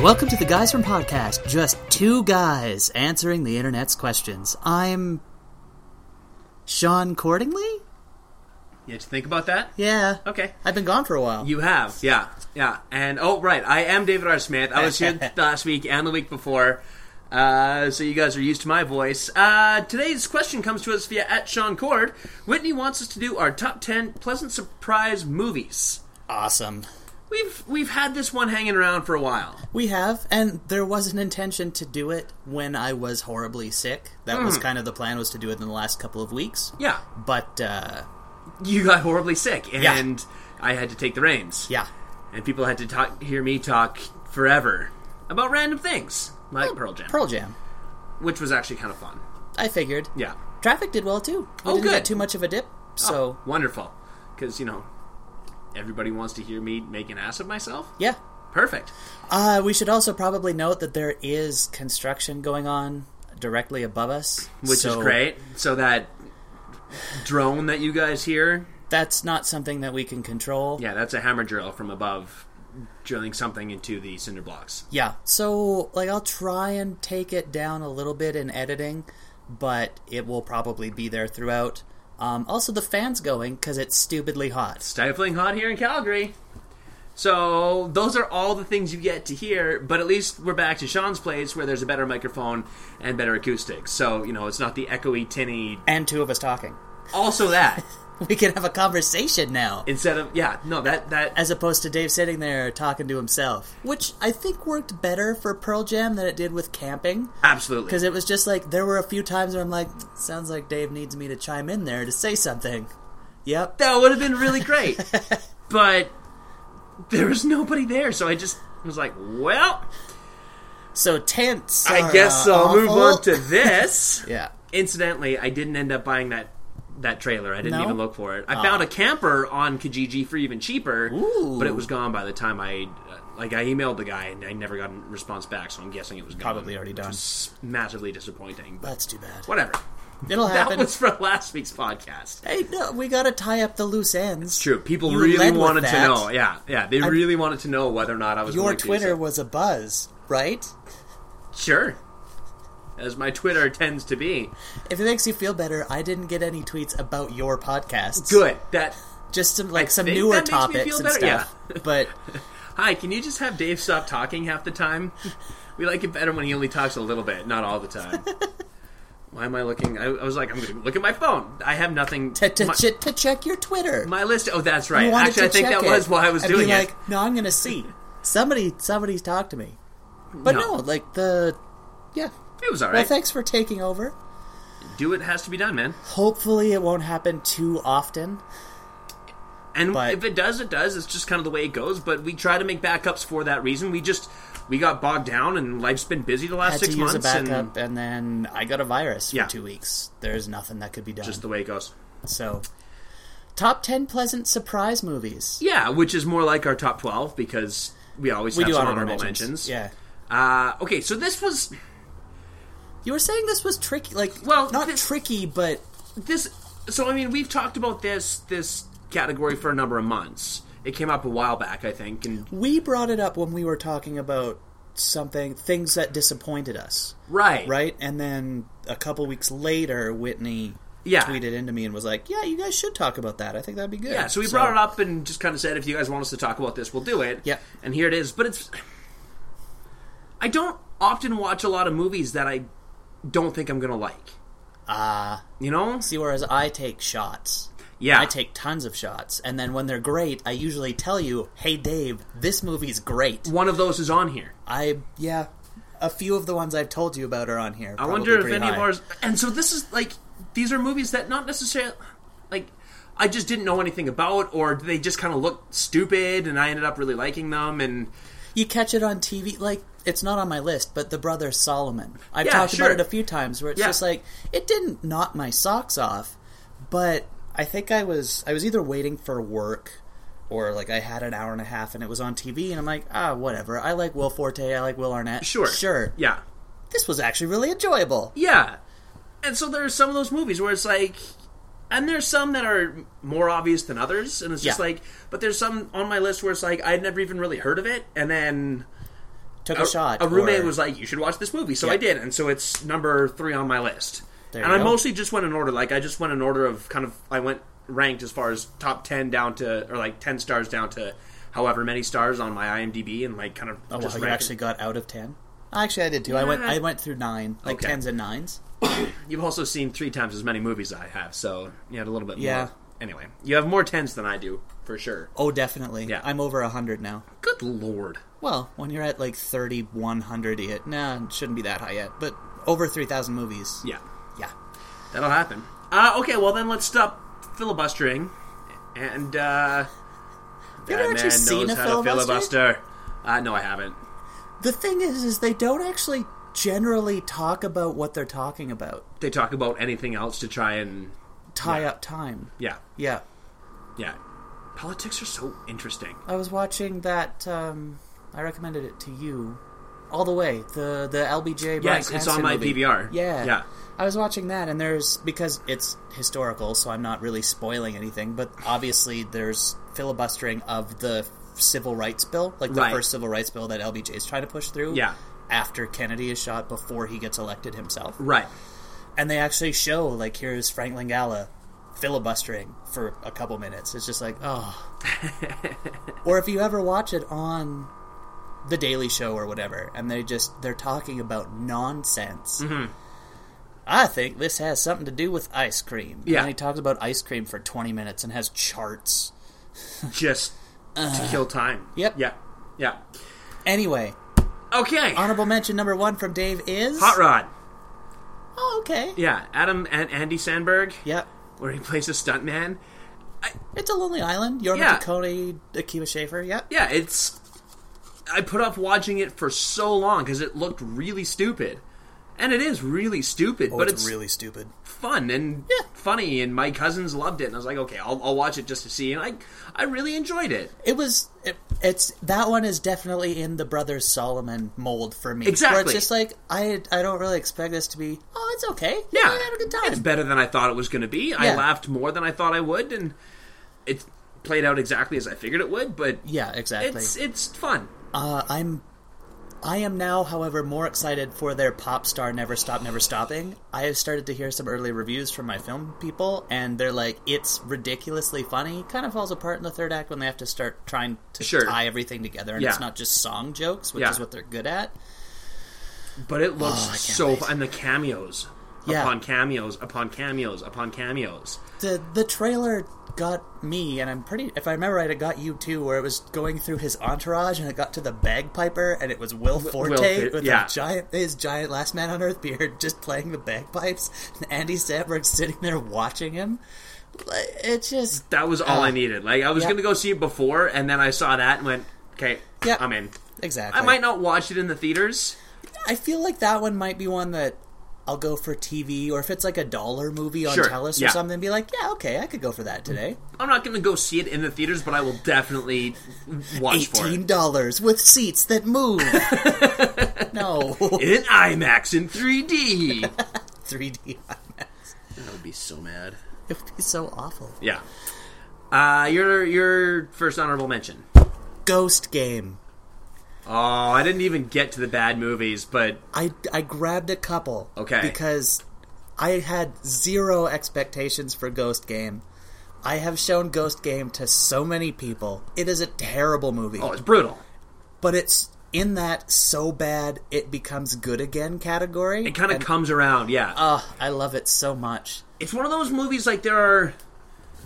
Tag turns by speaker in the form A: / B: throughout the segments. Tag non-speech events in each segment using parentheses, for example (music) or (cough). A: Welcome to the Guys from Podcast, just two guys answering the internet's questions. I'm Sean Cordingly?
B: You had to think about that?
A: Yeah.
B: Okay.
A: I've been gone for a while.
B: You have, yeah, yeah. And oh, right, I am David R. Smith. I
A: (laughs)
B: was here last week and the week before, uh, so you guys are used to my voice. Uh, today's question comes to us via at Sean Cord. Whitney wants us to do our top ten pleasant surprise movies.
A: awesome.
B: We've we've had this one hanging around for a while.
A: We have, and there was an intention to do it when I was horribly sick. That was kind of the plan was to do it in the last couple of weeks.
B: Hmm. Yeah,
A: But uh
B: you got horribly sick,
A: Yeah.
B: and I had to take the reins.
A: yeah.
B: and people had to talk, hear me talk forever about random things like Pearl Jam,
A: Oh, Pearl Jam.
B: which was actually kind of fun.
A: I figured.
B: Yeah.
A: Traffic did well too. We
B: Oh,
A: didn't get
B: good. Oh.
A: too much of a dip.
B: (laughs)
A: So
B: Wonderful. Because, you know, everybody wants to hear me make an ass of myself.
A: yeah.
B: Perfect.
A: Uh we should also probably note that there is construction going on directly above us.
B: Which is
A: so
B: great. So that drone that you guys hear,
A: That's not something that we can control.
B: yeah, that's a hammer drill from above drilling something into the cinder blocks.
A: Yeah. So, like, I'll try and take it down a little bit in editing, but it will probably be there throughout. Um, also, the fan's going because it's stupidly hot.
B: Stifling hot here in Calgary. So those are all the things you get to hear, but at least we're back to Sean's place where there's a better microphone and better acoustics. So, you know, it's not the echoey, tinny.
A: And two of us talking. (laughs)
B: Also that.
A: We can have a conversation now,
B: Instead of, yeah, no, that, that,
A: as opposed to Dave sitting there talking to himself, which I think worked better for Pearl Jam than it did with camping.
B: absolutely.
A: Because it was just like, there were a few times where I'm like, sounds like Dave needs me to chime in there to say something. Yep.
B: that would have been really (laughs) great. but there was nobody there, so I just was like, well,
A: So tents.
B: I
A: are,
B: guess
A: uh,
B: I'll move
A: awful.
B: on to this.
A: (laughs) Yeah.
B: Incidentally, I didn't end up buying that that trailer. I didn't
A: No?
B: even look for it. I found a camper on Kijiji for even cheaper,
A: Ooh.
B: but it was gone by the time I uh, like I emailed the guy and I never got a response back, so I'm guessing it was gone.
A: Probably already
B: which
A: done.
B: was massively disappointing, but
A: That's too bad.
B: whatever.
A: It'll
B: That
A: happen.
B: was from last week's podcast.
A: Hey, no, we gotta tie up the loose ends.
B: True. People
A: You
B: really
A: led with
B: wanted to
A: that.
B: know. Yeah, yeah. They really wanted to know whether or not I was
A: Your
B: going to use
A: Twitter
B: it.
A: was a buzz, right?
B: Sure. As my Twitter tends to be.
A: If it makes you feel better, I didn't get any tweets about your podcasts.
B: Good. That.
A: Just some like some
B: think
A: newer
B: that makes me
A: topics
B: feel
A: and
B: better,
A: stuff. but
B: (laughs) Hi. Can you just have Dave stop talking half the time? We like it better when he only talks a little bit, not all
A: (laughs)
B: the time. Why am I looking? I, I was like, I'm going to look at my phone. I have nothing.
A: to, to,
B: my,
A: ch- to check your Twitter.
B: my list. Oh, that's
A: You
B: right.
A: wanted
B: Actually, I
A: to
B: think
A: check
B: that
A: it
B: was why I was
A: and
B: doing
A: be
B: it.
A: like, no, I'm gonna see. Somebody somebody's talked to me. But no,
B: No.
A: like the yeah.
B: It was all
A: Well,
B: right.
A: thanks for taking over.
B: Do what has to be done, man.
A: Hopefully, it won't happen too often.
B: And
A: But-
B: if it does, it does. It's just kind of the way it goes. But we try to make backups for that reason. We just we got bogged down, and life's been busy the last
A: had
B: six
A: to use
B: months.
A: a
B: and
A: backup, and... then I got a virus for
B: Yeah.
A: two weeks. There's nothing that could be done.
B: just the way it goes.
A: So, top ten pleasant surprise movies.
B: Yeah, which is more like our top twelve because we always
A: We
B: have
A: do
B: some
A: honorable
B: honorable
A: mentions.
B: mentions.
A: Yeah,
B: Uh, okay, so this was
A: you were saying this was tricky. Like,
B: Well,
A: not
B: this-
A: tricky, but
B: this. So I mean, we've talked about this this category for a number of months. It came up a while back, I think, and
A: we brought it up when we were talking about something things that disappointed us,
B: right,
A: right? And then a couple weeks later, Whitney
B: Yeah.
A: tweeted into me and was like, "Yeah, you guys should talk about that. I think that'd be good."
B: Yeah, so we brought it up and just kind of said, if you guys want us to talk about this, we'll do it.
A: Yep.
B: And here it is. But it's. I don't often watch a lot of movies that I don't think I'm going to like.
A: Ah,
B: You know?
A: see, whereas I take shots.
B: Yeah.
A: I take tons of shots, and then when they're great, I usually tell you, "Hey, Dave, this movie's great."
B: One of those is on here.
A: I yeah, a few of the ones I've told you about are on here.
B: I wonder if any of ours. And so this is like. These are movies that not necessarily. Like. I just didn't know anything about, or they just kind of looked stupid, and I ended up really liking them. And
A: you catch it on TV. Like it's not on my list, but The Brother Solomon. I've
B: Yeah,
A: talked
B: sure.
A: about it a few times where it's
B: Yeah.
A: just like it didn't knock my socks off, but I think I was I was either waiting for work. Or like I had an hour and a half and it was on TV and I'm like ah whatever I like Will Forte I like Will Arnett
B: sure,
A: sure
B: yeah,
A: this was actually really enjoyable
B: Yeah. And so there are some of those movies where it's like and there's some that are more obvious than others and it's just
A: Yeah.
B: like but there's some on my list where it's like I'd never even really heard of it and then
A: took a, shot.
B: A roommate
A: or-
B: was like, "You should watch this movie," so
A: Yeah.
B: I did, and so it's number three on my list.
A: There
B: and
A: you
B: I
A: go.
B: mostly just went in order. Like I just went in order of kind of I went ranked as far as top ten down to or like ten stars down to however many stars on my IMDb, and like kind of
A: Oh, wow,
B: just
A: you
B: ranked-
A: actually got out of ten. Actually, I did too. I went.
B: Yeah.
A: I went through nine, like
B: Okay.
A: tens and nines.
B: You've also seen three times as many movies I have, so you had a little bit
A: Yeah.
B: more. Anyway, you have more tens than I do for sure.
A: Oh, definitely.
B: Yeah.
A: I'm over hundred now.
B: Good lord.
A: Well, when you're at like thirty one hundred, it nah, it shouldn't be that high yet. But over three thousand movies.
B: Yeah,
A: Yeah.
B: that'll happen. Uh, okay, well then let's stop filibustering and. uh...
A: You ever
B: That
A: actually
B: man
A: seen
B: knows
A: a
B: how to
A: filibuster?
B: filibuster. Uh, no, I haven't.
A: The thing is, is they don't actually generally talk about what they're talking about.
B: They talk about anything else to try and
A: Tie
B: Yeah.
A: up time.
B: yeah,
A: Yeah.
B: yeah. Politics are so interesting.
A: I was watching that. Um, I recommended it to you. All the way the the LBJ. Bryan
B: Yes, it's
A: Cranston
B: on my
A: movie.
B: PVR.
A: Yeah,
B: yeah.
A: I was watching that, and there's because it's historical, so I'm not really spoiling anything. But obviously, there's filibustering of the civil rights bill, like the
B: Right.
A: first civil rights bill that LBJ is trying to push through.
B: Yeah.
A: After Kennedy is shot, before he gets elected himself,
B: Right.
A: and they actually show like here's Frank Langella filibustering for a couple minutes. It's just like oh.
B: (laughs)
A: or if you ever watch it on the Daily Show or whatever, and they just they're talking about nonsense.
B: Mm-hmm.
A: I think this has something to do with ice cream.
B: Yeah.
A: and he talks about ice cream for twenty minutes and has charts.
B: Just to kill time.
A: Yep.
B: Yeah. Yeah.
A: Anyway,
B: Okay.
A: honorable mention number one from Dave is
B: Hot Rod.
A: Oh, okay.
B: Yeah. Adam and Andy Sandberg,
A: Yep.
B: where he plays a stuntman.
A: It's a lonely island. Yorma
B: Yeah.
A: Coney, Akiva Schaffer. Yep.
B: Yeah, it's. I put off watching it for so long because it looked really stupid, and it is really stupid. but it's,
A: really stupid.
B: fun and
A: Oh, Yeah.
B: funny, and my cousins loved it. And I was like, okay, I'll, I'll watch it just to see. And I, I really enjoyed it.
A: it was it, it's that one is definitely in the brothers solomon mold for me where
B: Exactly.
A: it's just like i i don't really expect this to be oh it's okay
B: Yeah,
A: i had a good time
B: It's better than I thought it was going to be. I
A: Yeah.
B: laughed more than I thought I would, and it played out exactly as I figured it would. But
A: yeah exactly
B: it's it's fun.
A: uh, i'm i am now however more excited for their pop star never stop never stopping i have started to hear some early reviews from my film people and they're like it's ridiculously funny kind of falls apart in the third act when they have to start trying to
B: Sure.
A: tie everything together and it's
B: Yeah.
A: not just song jokes which
B: Yeah.
A: is what they're good at
B: But it looks
A: Oh, I can't
B: so
A: wait.
B: fun. and the cameos.
A: Yeah.
B: Upon cameos, upon cameos, upon cameos.
A: the the trailer got me and i'm pretty if i remember right it got you too where it was going through his entourage and it got to the bagpiper and it was will forte
B: Fi-
A: with
B: yeah.
A: a giant his giant last man on earth beard just playing the bagpipes and andy samberg sitting there watching him Like, it just
B: That was all
A: Uh,
B: I needed. Like I was
A: yeah.
B: going to go see it before, and then I saw that and went, okay,
A: Yeah.
B: I'm in.
A: exactly
B: I might not watch it in the theaters.
A: I feel like that one might be one that I'll go for TV, or if it's like a dollar movie on
B: Sure,
A: Telus
B: yeah.
A: or something, be like, yeah, okay, I could go for that today.
B: I'm not going to go see it in the theaters, but I will definitely watch for
A: Eighteen
B: it.
A: dollars with seats that
B: (laughs)
A: move. no,
B: In IMAX
A: (laughs)
B: in 3D. I
A: 3D
B: would be so mad.
A: (laughs) It would be so awful.
B: Yeah. Uh, your your first honorable mention.
A: Ghost Game.
B: Oh, I didn't even get to the bad movies, but
A: I, I grabbed a couple.
B: Okay.
A: Because I had zero expectations for Ghost Game. I have shown Ghost Game to so many people. It is a terrible movie.
B: oh, it's brutal.
A: But it's in that so bad it becomes good again category.
B: It kind of comes around, yeah.
A: Oh, I love it so much.
B: it's one of those movies like there are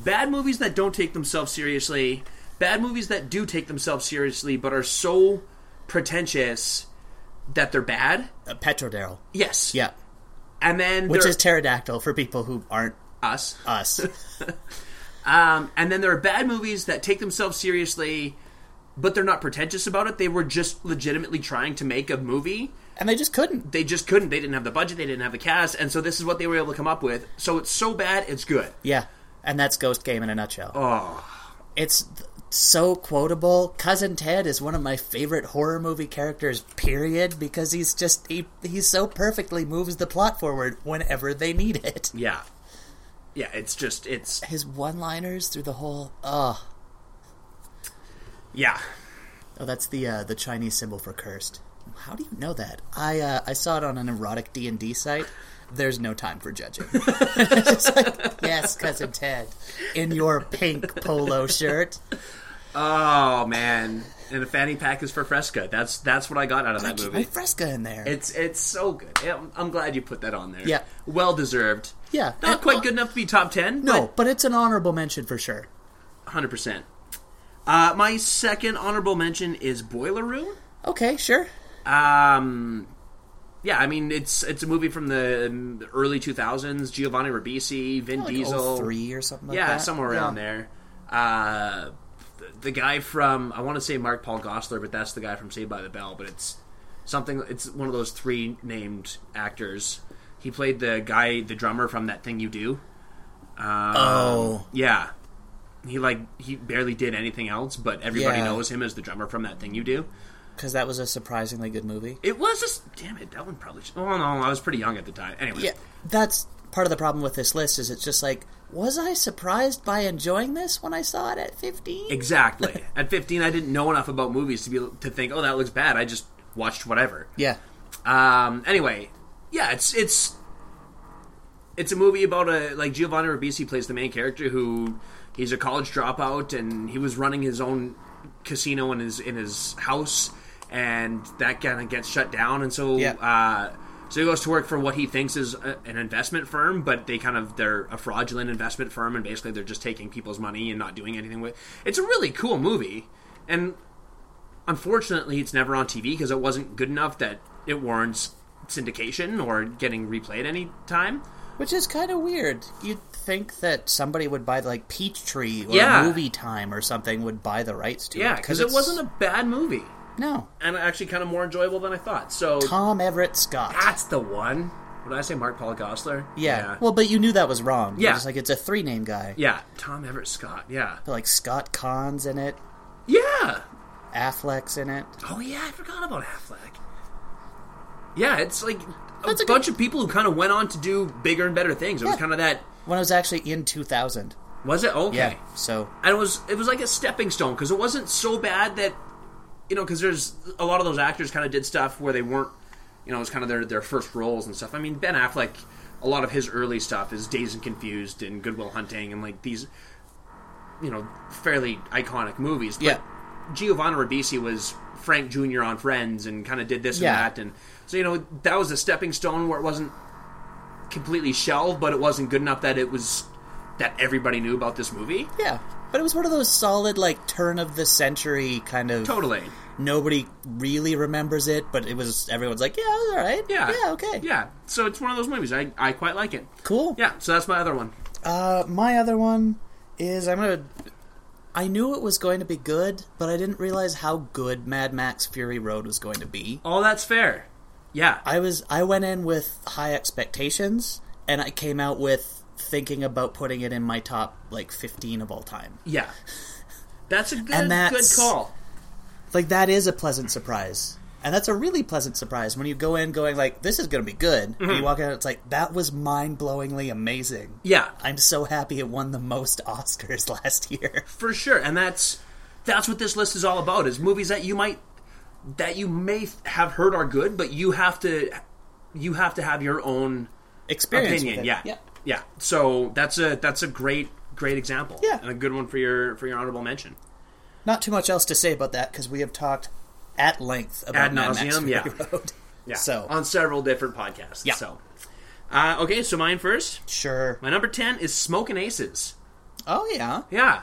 B: bad movies that don't take themselves seriously, bad movies that do take themselves seriously but are so pretentious that they're bad.
A: Uh, Petrodaryl.
B: Yes.
A: Yeah.
B: And then
A: Which
B: there-
A: is pterodactyl for people who aren't
B: us. (laughs)
A: us.
B: Um, and then there are bad movies that take themselves seriously, but they're not pretentious about it. They were just legitimately trying to make a movie.
A: and they just couldn't.
B: They just couldn't. They didn't have the budget. They didn't have the cast. And so this is what they were able to come up with. So it's so bad, it's good.
A: Yeah. And that's Ghost Game in a nutshell.
B: Oh,
A: it's th- so quotable. Cousin Ted is one of my favorite horror movie characters. Period, because he's just he he so perfectly moves the plot forward whenever they need it.
B: yeah. Yeah, it's just, it's,
A: His one-liners through the whole oh
B: yeah.
A: oh that's the uh, the Chinese symbol for cursed. How do you know that? I uh, I saw it on an erotic D and D site. There's no time for judging. (laughs) It's just like, yes, cousin Ted, in your pink polo shirt.
B: Oh man, and a fanny pack is for Fresca. That's that's what I got out of that
A: Keep my
B: movie.
A: Fresca in there.
B: It's it's so good. I'm, I'm glad you put that on there.
A: Yeah.
B: well deserved.
A: Yeah.
B: not
A: And- uh,
B: quite good enough to be top ten.
A: no, but it's an honorable mention for sure.
B: hundred percent. Uh, my second honorable mention is Boiler Room.
A: Okay, sure.
B: Um, yeah, I mean it's it's a movie from the um, early 2000s. Giovanni Ribisi, Vin
A: Like oh
B: Diesel,
A: three or something. like
B: yeah,
A: that.
B: somewhere around there. Uh, th- the guy from I want to say Mark Paul Gossler, but that's the guy from Saved by the Bell. But it's something. It's one of those three named actors. He played the guy, the drummer from that thing you do. Um,
A: Oh,
B: Yeah, he like he barely did anything else, but everybody
A: Yeah.
B: knows him as the drummer from that thing you do.
A: because that was a surprisingly good movie.
B: It was just damn it. That one probably. Should, oh no, I was pretty young at the time. Anyway,
A: Yeah, that's part of the problem with this list. Is it's just like, was I surprised by enjoying this when I saw it at fifteen? (laughs)
B: exactly. at 15, I didn't know enough about movies to be to think, oh, that looks bad. I just watched whatever.
A: yeah,
B: Um. Anyway, yeah, it's it's it's a movie about a like Giovanni Ribisi plays the main character who he's a college dropout and he was running his own casino in his in his house and that kind of gets shut down and so
A: Yeah.
B: uh, so he goes to work for what he thinks is a, an investment firm but they kind of they're a fraudulent investment firm and basically they're just taking people's money and not doing anything with it's a really cool movie and unfortunately it's never on TV because it wasn't good enough that it warrants syndication or getting replayed any time.
A: which is kind of weird. You'd think that somebody would buy like Peachtree or
B: Yeah.
A: Movie Time or something would buy the rights to it.
B: Yeah, because it
A: it's-
B: wasn't a bad movie,
A: no
B: and actually kind of more enjoyable than I thought. So
A: Tom Everett Scott.
B: that's the one. What did I say? Mark Paul Gossler.
A: yeah.
B: Ah, yeah.
A: well, but you knew that was wrong. You're
B: Yeah.
A: just like it's a three name guy.
B: Yeah, Tom Everett Scott. Yeah,
A: But, like Scott Kahn's in it,
B: yeah.
A: Affleck's in it.
B: Oh yeah, I forgot about Affleck. Yeah, it's like a
A: That's a
B: bunch of people who kind of went on to do bigger and better things. It was
A: Yeah.
B: kind of that.
A: When it was actually in 2000.
B: Was it okay?
A: Yeah, so
B: and it was it was like a stepping stone because it wasn't so bad that you know because there's a lot of those actors kind of did stuff where they weren't you know it was kind of their their first roles and stuff. I mean Ben Affleck, a lot of his early stuff is Days and Confused and Goodwill Hunting and like these you know fairly iconic movies. But
A: Yeah.
B: Giovanni Ribisi was Frank Jr. on Friends and kind of did this
A: Yeah.
B: and that and so you know that was a stepping stone where it wasn't completely shelved but it wasn't good enough that it was that everybody knew about this movie.
A: yeah, but it was one of those solid like turn of the century kind of.
B: Totally.
A: Nobody really remembers it, but it was everyone's like, yeah, it was all right,
B: Yeah.
A: yeah, okay,
B: Yeah. So it's one of those movies. I, I quite like it.
A: cool,
B: Yeah. So that's my other one.
A: Uh, my other one is I'm gonna. I knew it was going to be good, but I didn't realize how good Mad Max Fury Road was going to be.
B: Oh, that's fair. Yeah.
A: I was I went in with high expectations, and I came out with thinking about putting it in my top like 15 of all time.
B: yeah. That's a good
A: And that's-
B: good call.
A: Like that is a pleasant surprise. And that's a really pleasant surprise when you go in going like this is going to be good. And you walk out it's like that was mind-blowingly amazing.
B: Mm-hmm. Yeah.
A: I'm so happy it won the most (laughs) Oscars last year.
B: For sure. And that's that's what this list is all about is movies that you might that you may have heard are good, but you have to you have to have your own
A: Experience with
B: opinion.
A: it.
B: Yeah.
A: Yeah.
B: Yeah. So that's a that's a great great example.
A: Yeah.
B: And a good one for your for your honorable mention.
A: Not too much else to say about that because we have talked at length about
B: Ad
A: Mad Max
B: nauseam,
A: Fury
B: yeah.
A: (laughs) Road.
B: Yeah.
A: So-
B: on several different podcasts.
A: Yeah.
B: So uh, okay, so mine first.
A: Sure.
B: My number 10 is Smoking Aces.
A: Oh yeah.
B: Yeah.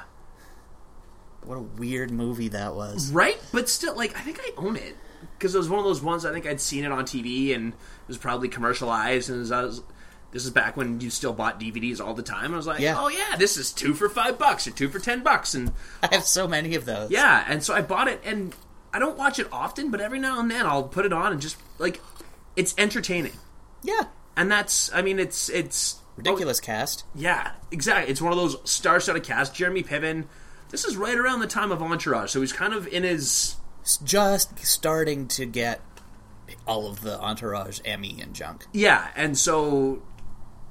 A: What a weird movie that was.
B: Right? But still, like, I think I own it. Because it was one of those ones I think I'd seen it on TV and it was probably commercialized. And as I was, uh, this is back when you still bought DVDs all the time. I was like,
A: Yeah.
B: oh, yeah, this is two for five bucks or two for ten bucks. And
A: (laughs) I have so many of those.
B: yeah, and so I bought it. And I don't watch it often, but every now and then I'll put it on and just, like, it's entertaining.
A: Yeah.
B: And that's, I mean, it's, it's Oh.
A: Ridiculous cast.
B: Yeah, exactly. It's one of those star-studded casts. Jeremy Piven. This is right around the time of Entourage, so he's kind of in his
A: It's just starting to get all of the entourage Emmy and junk.
B: yeah, and so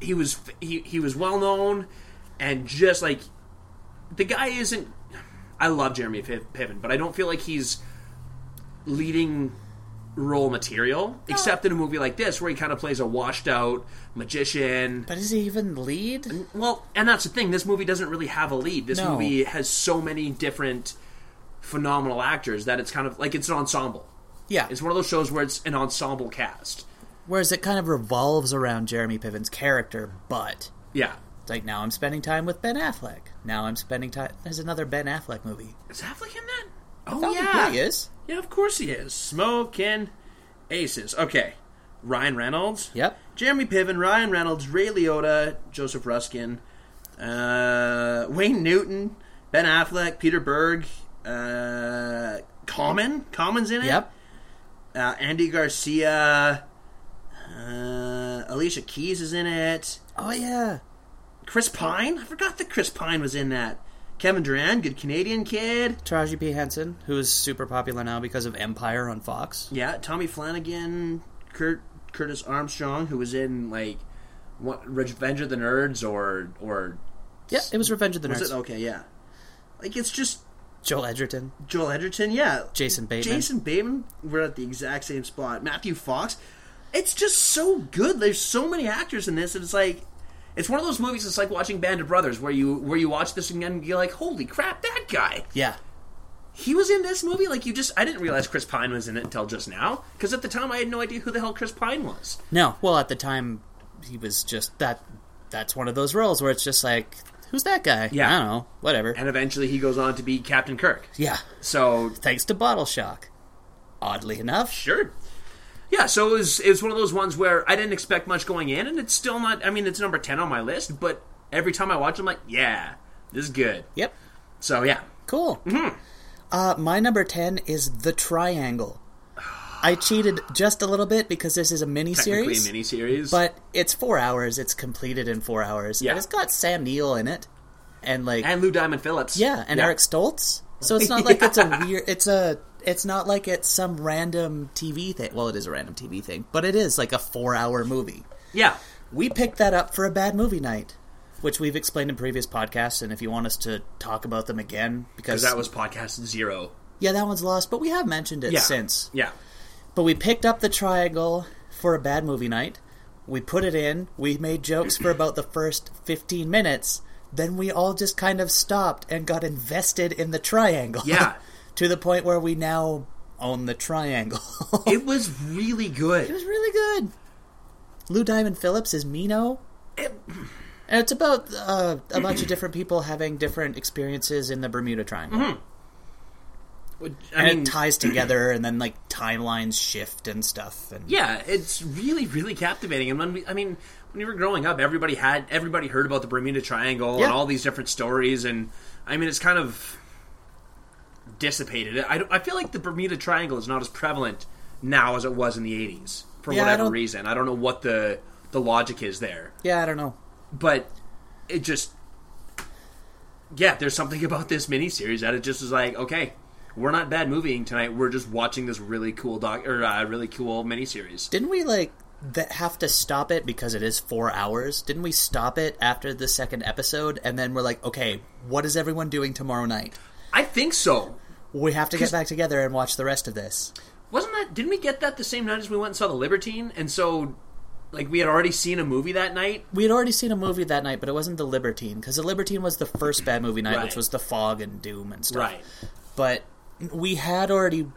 B: he was he he was well known, and just like the guy isn't. I love Jeremy Piv- Piven, but I don't feel like he's leading role material, except in a movie like this where he kind of plays a washed out magician.
A: But is he even lead?
B: Well, and that's the thing. This movie doesn't really have a lead. This
A: No.
B: movie has so many different phenomenal actors that it's kind of like it's an ensemble.
A: Yeah.
B: It's one of those shows where it's an ensemble cast.
A: Whereas it kind of revolves around Jeremy Piven's character, but
B: Yeah.
A: it's like now I'm spending time with Ben Affleck. Now I'm spending time. There's another Ben Affleck movie.
B: Is Affleck in that? Oh,
A: Oh,
B: yeah.
A: he is.
B: Yeah, of course he is. Smoking aces. Okay. Ryan Reynolds.
A: Yep.
B: Jeremy Piven, Ryan Reynolds, Ray Liotta, Joseph Ruskin, uh, Wayne Newton, Ben Affleck, Peter Berg, uh, Common. Common's in it.
A: Yep.
B: Uh, Andy Garcia. Uh, Alicia Keys is in it.
A: Oh yeah.
B: Chris Pine. I forgot that Chris Pine was in that. Kevin Duran, good Canadian kid.
A: Taraji P Henson, who is super popular now because of Empire on Fox.
B: Yeah, Tommy Flanagan, Kurt, Curtis Armstrong, who was in like what, Revenge of the Nerds or or
A: Yeah, it was Revenge of the
B: was
A: Nerds.
B: it okay? Yeah, like it's just
A: Joel Edgerton,
B: Joel Edgerton. Yeah,
A: Jason Bateman.
B: Jason Bateman. We're at the exact same spot. Matthew Fox. It's just so good. There's so many actors in this, and it's like. It's one of those movies. It's like watching Band of Brothers, where you where you watch this and you're like, "Holy crap, that guy!
A: Yeah.
B: he was in this movie like you just i didn't realize chris pine was in it until just now because at the time i had no idea who the hell chris pine was
A: No, well, at the time, he was just that. That's one of those roles where it's just like, who's that guy?
B: Yeah.
A: I don't know. Whatever.
B: and eventually he goes on to be captain kirk
A: yeah.
B: so
A: Thanks to Bottle Shock. Oddly enough.
B: sure yeah so it was it was one of those ones where i didn't expect much going in and it's still not i mean it's number 10 on my list but every time i watch it i'm like yeah this is good
A: Yep.
B: so yeah
A: Cool.
B: Mm-hmm.
A: Uh, my number 10 is The Triangle. I cheated just a little bit because this is a mini
B: technically
A: series.
B: a mini series
A: But it's four hours. It's completed in four hours.
B: Yeah.
A: And it's got Sam Neill in it. And, like,
B: and lou diamond phillips
A: yeah, and Eric Stoltz. So it's
B: (laughs)
A: not like it's a weird. It's a. It's not like it's some random TV thing. Well, it is a random TV thing, but it is like a four-hour movie.
B: yeah
A: We picked that up for a bad movie night, which we've explained in previous podcasts. And if you want us to talk about them again, because
B: because that was podcast zero
A: yeah, that one's lost, but we have mentioned it
B: yeah
A: since.
B: yeah
A: But we picked up the triangle for a bad movie night. We put it in. We made jokes for about the first 15 minutes. Then we all just kind of stopped and got invested in the triangle. (laughs)
B: Yeah.
A: to the point where we now own the triangle. (laughs) it
B: it was really good
A: was really good. Lou Diamond Phillips is Mino. And it's about uh, a bunch of different people having different experiences in the Bermuda Triangle.
B: i
A: And
B: mean
A: it ties together, and then like timelines shift and stuff. And
B: Yeah, it's really, really captivating. And when we, I mean, when you were growing up, everybody had everybody heard about the Bermuda Triangle
A: Yeah.
B: and all these different stories. And I mean, it's kind of dissipated. I, don't- I feel like the Bermuda Triangle is not as prevalent now as it was in the '80s for
A: Yeah, I
B: whatever
A: don't-
B: reason. I don't know what the the logic is there,
A: yeah, I don't know.
B: but it just yeah, there's something (laughs) about this miniseries that it just is like okay. We're not bad movieing tonight. We're just watching this really cool doc or uh, really cool miniseries.
A: Didn't we like that have to stop it because it is four hours? Didn't we stop it after the second episode and then we're like, okay, what is everyone doing tomorrow night?
B: I think so.
A: We have to get back together and watch the rest of this.
B: Wasn't that? Didn't we get that the same night as we went and saw The Libertine? And so, like, we had already seen a movie that night.
A: We had already seen a movie that night, but it wasn't The Libertine because The Libertine was the first bad movie night,
B: Right.
A: which was The Fog and Doom and stuff. But we had already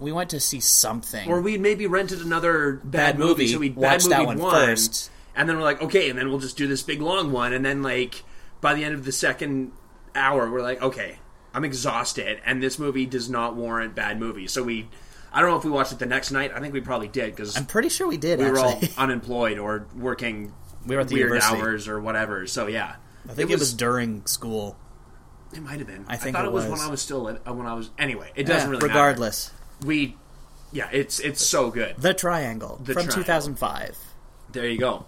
A: we went to see something.
B: Or we had maybe rented another bad,
A: Bad
B: movie,
A: movie,
B: so we bad
A: watch
B: movie
A: that one first.
B: and then we're like, okay, and then we'll just do this big long one, and then like by the end of the second hour, we're like, okay, I'm exhausted, and this movie does not warrant bad movie. So we, I don't know if we watched it the next night. I think we probably did because
A: I'm pretty sure we did.
B: we were all
A: actually. (laughs)
B: unemployed or working
A: We were at the
B: weird
A: university.
B: hours or whatever. So yeah,
A: I think it was, during school.
B: It might have been. I,
A: think
B: thought it
A: it
B: was.
A: was.
B: when I was still li- uh, when I was. Anyway, it doesn't
A: Yeah,
B: really matter.
A: regardless,
B: We, yeah, it's it's so good.
A: The Triangle from
B: Triangle.
A: 2005.
B: There you go.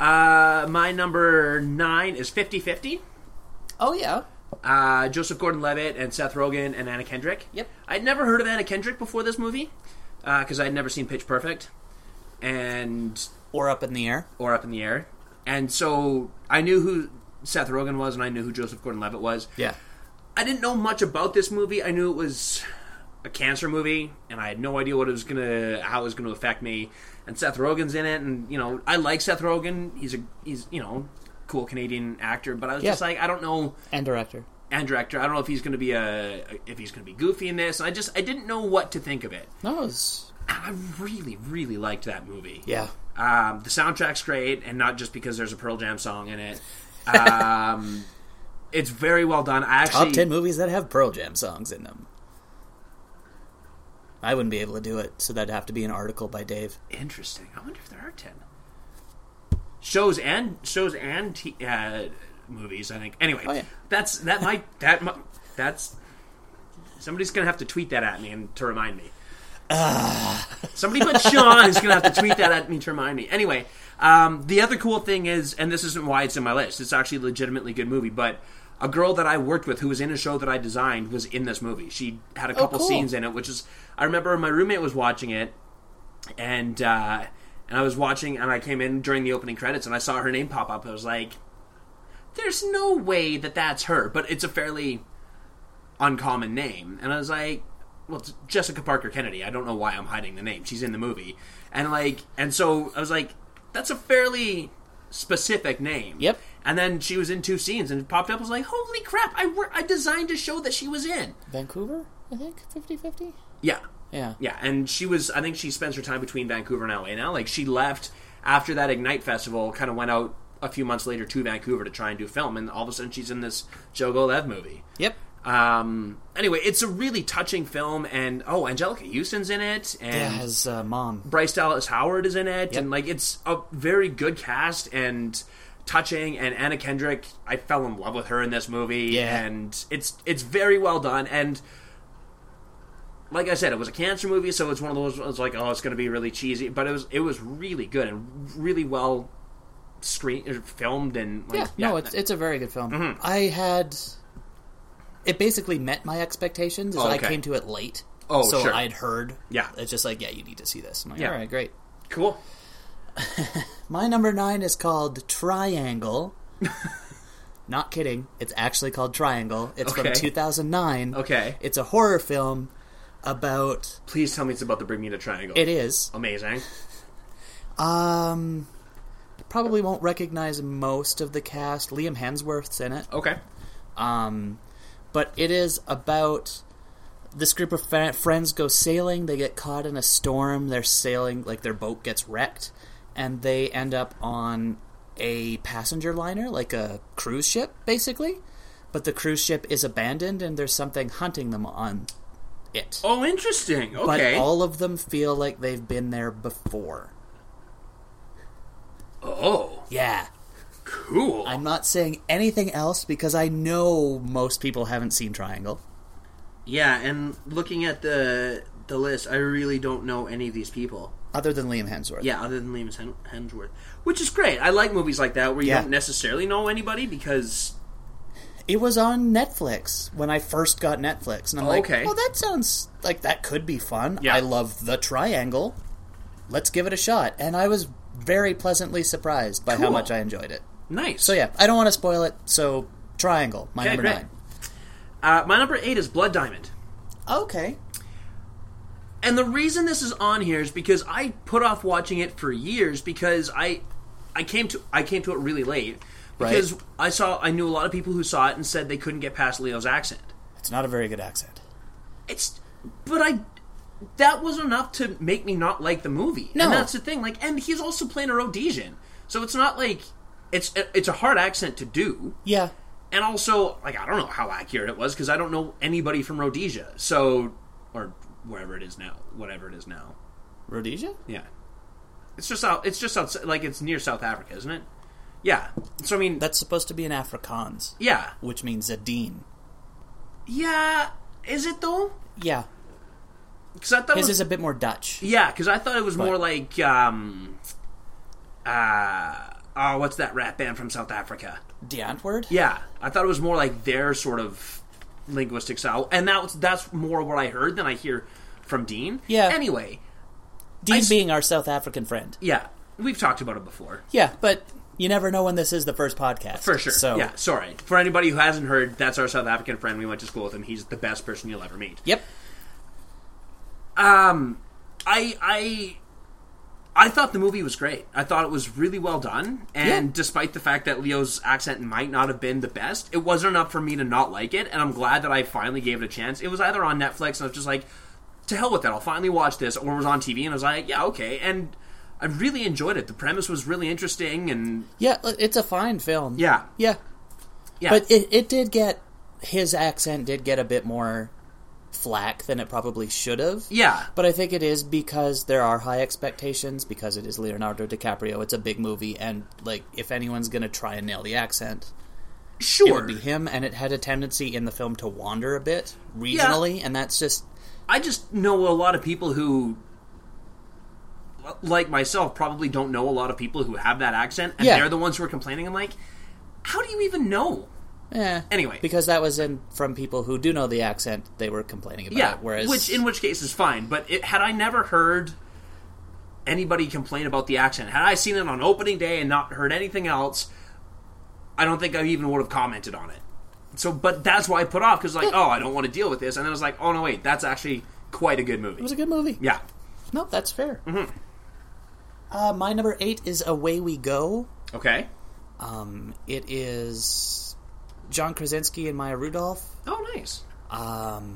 B: Uh, my number nine is 50-50.
A: Oh yeah.
B: Uh, Joseph Gordon-Levitt and Seth Rogen and Anna Kendrick.
A: Yep.
B: I'd never heard of Anna Kendrick before this movie because I'd never seen Pitch Perfect and
A: or up in the air.
B: or Up in the Air, and so I knew who Seth Rogen was and I knew who Joseph Gordon-Levitt was.
A: Yeah.
B: I didn't know much about this movie. I knew it was a cancer movie, and I had no idea what it was gonna how it was gonna affect me. And Seth Rogen's in it, and you know I like Seth Rogen. He's a he's you know cool Canadian actor, but I was
A: Yeah.
B: just like I don't know
A: and director.
B: and director. I don't know if he's gonna be a if he's gonna be goofy in this. I just I didn't know what to think of it.
A: No, it's
B: And I really really liked that movie.
A: yeah.
B: Um, the soundtrack's great, and not just because there's a Pearl Jam song in it. (laughs) Um, it's very well done. I actually
A: Top ten movies that have Pearl Jam songs in them. I wouldn't be able to do it, so that'd have to be an article by Dave.
B: Interesting. I wonder if there are ten shows and shows and t- uh, movies. I think. Anyway,
A: Oh, yeah.
B: that's that might that might, that's somebody's gonna have to tweet that at me and to remind me. Somebody but Sean is gonna have to tweet that at me to remind me. Anyway, um, the other cool thing is, and this isn't why it's in my list. It's actually a legitimately good movie, but. A girl that I worked with who was in a show that I designed was in this movie. She had a couple
A: cool.
B: scenes in it, which is I remember my roommate was watching it and uh, and I was watching, and I came in during the opening credits, and I saw her name pop up. I was like, "There's no way that that's her," but it's a fairly uncommon name, and I was like, "Well, it's Jessica Parker Kennedy." I don't know why I'm hiding the name. She's in the movie, and like, and so I was like, "That's a fairly specific name."
A: Yep.
B: And then she was in two scenes and popped up. I was like, "Holy crap! I wor- I designed a show that she was in."
A: Vancouver, I think 50-50?
B: Yeah.
A: Yeah.
B: Yeah, and she was. I think she spends her time between Vancouver and LA now. Like she left after that Ignite festival, kind of went out a few months later to Vancouver to try and do film, and all of a sudden she's in this Joe Golev movie.
A: Yep.
B: Um. Anyway, it's a really touching film, and oh, Angelica Houston's in it,
A: Yeah,
B: and
A: his uh, mom.
B: Bryce Dallas Howard is in it, and like it's a very good cast and touching. And Anna Kendrick, I fell in love with her in this movie,
A: Yeah.
B: and it's it's very well done. And like I said, it was a cancer movie, so it's one of those ones like oh, it's going to be really cheesy, but it was it was really good and really well screen er, filmed and like,
A: Yeah, no, it's it's a very good film.
B: Mm-hmm.
A: I had it basically met my expectations. Is
B: Oh,
A: that
B: okay.
A: I came to it late.
B: Oh,
A: so
B: sure.
A: I'd heard.
B: Yeah.
A: it's just like yeah, you need to see this. I'm like,
B: Yeah.
A: all right, great.
B: cool.
A: My number nine is called Triangle. (laughs) Not kidding. It's actually called Triangle. It's
B: Okay.
A: from 2009.
B: Okay,
A: It's a horror film about.
B: please tell me it's about the Bermuda Triangle.
A: It is.
B: amazing.
A: Um, probably won't recognize most of the cast. Liam Hemsworth's in it.
B: Okay,
A: Um, but it is about this group of fa- friends go sailing. They get caught in a storm. They're sailing, like their boat gets wrecked, and they end up on a passenger liner, like a cruise ship, basically. But the cruise ship is abandoned, and there's something hunting them on it.
B: oh, interesting.
A: But
B: Okay,
A: all of them feel like they've been there before.
B: oh,
A: Yeah.
B: cool.
A: I'm not saying anything else because I know most people haven't seen Triangle.
B: Yeah, and looking at the the list, I really don't know any of these people.
A: Other than Liam Hemsworth.
B: Yeah, other than Liam Hem- Hemsworth, which is great. I like movies like that where you
A: Yeah.
B: don't necessarily know anybody because
A: It was on Netflix when I first got Netflix, and I'm like,
B: Okay.
A: "Well, that sounds like that could be fun.
B: Yeah.
A: I love the triangle. Let's give it a shot." And I was very pleasantly surprised by
B: Cool.
A: how much I enjoyed it.
B: nice.
A: So yeah, I don't want to spoil it. So Triangle, my
B: Okay,
A: number
B: great.
A: nine.
B: uh, my number eight is Blood Diamond.
A: Okay.
B: And the reason this is on here is because I put off watching it for years because I I came to I came to it really late
A: Right.
B: because I saw I knew a lot of people who saw it and said they couldn't get past Leo's accent.
A: It's not a very good accent.
B: It's, but I, that was enough to make me not like the movie.
A: No.
B: and that's the thing. Like, and he's also playing a Rhodesian, so it's not like it's it's a hard accent to do.
A: Yeah.
B: And also, like, I don't know how accurate it was because I don't know anybody from Rhodesia, so or wherever it is now, whatever it is now.
A: Rhodesia?
B: Yeah, it's just out. It's just outside. Like, it's near South Africa, isn't it? Yeah. So I mean,
A: That's supposed to be an Afrikaans,
B: yeah,
A: which means a dean.
B: yeah. Is it though?
A: Yeah.
B: Because I thought it
A: His
B: was
A: is a bit more Dutch.
B: Yeah, because I thought it was more like, um, uh, oh, what's that rap band from South Africa?
A: The Antwoord?
B: Yeah, I thought it was more like their sort of linguistic style, and that was, that's more what I heard than I hear from Dean.
A: Yeah.
B: Anyway,
A: Dean
B: s-
A: being our South African friend.
B: yeah, we've talked about it before.
A: Yeah, but you never know when this is the first podcast.
B: For sure.
A: So
B: Yeah, sorry. For anybody who hasn't heard, that's our South African friend. We went to school with him. He's the best person you'll ever meet.
A: Yep.
B: Um, I I I thought the movie was great. I thought it was really well done, and
A: Yeah.
B: despite the fact that Leo's accent might not have been the best, it wasn't enough for me to not like it. And I'm glad that I finally gave it a chance. It was either on Netflix, and I was just like, "To hell with that! I'll finally watch this," or it was on TV, and I was like, "Yeah, okay." And I really enjoyed it. The premise was really interesting, and
A: Yeah, it's a fine film.
B: yeah,
A: Yeah.
B: yeah,
A: But it, it did get his accent did get a bit more flack than it probably should have.
B: yeah,
A: But I think it is because there are high expectations because it is Leonardo DiCaprio. It's a big movie and like if anyone's going to try and nail the accent,
B: sure.
A: it would be him and it had a tendency in the film to wander a bit regionally and that's just
B: I just know a lot of people who, like myself, probably don't know a lot of people who have that accent, and
A: Yeah.
B: they're the ones who are complaining. I'm like, how do you even know?
A: eh.
B: Anyway.
A: because that was in from people who do know the accent they were complaining about
B: Yeah,
A: it, uh, whereas
B: which in which case is fine. But it, had I never heard anybody complain about the accent, had I seen it on opening day and not heard anything else, I don't think I even would have commented on it. So, but that's why I put off because like, oh, I don't want to deal with this, and then I was like, oh no, wait, that's actually quite a good movie.
A: it was a good movie.
B: yeah, Mm-hmm.
A: No, that's fair. Uh, my number eight is Away We Go.
B: okay.
A: Um, it is John Krasinski and Maya Rudolph.
B: Oh, nice.
A: I'm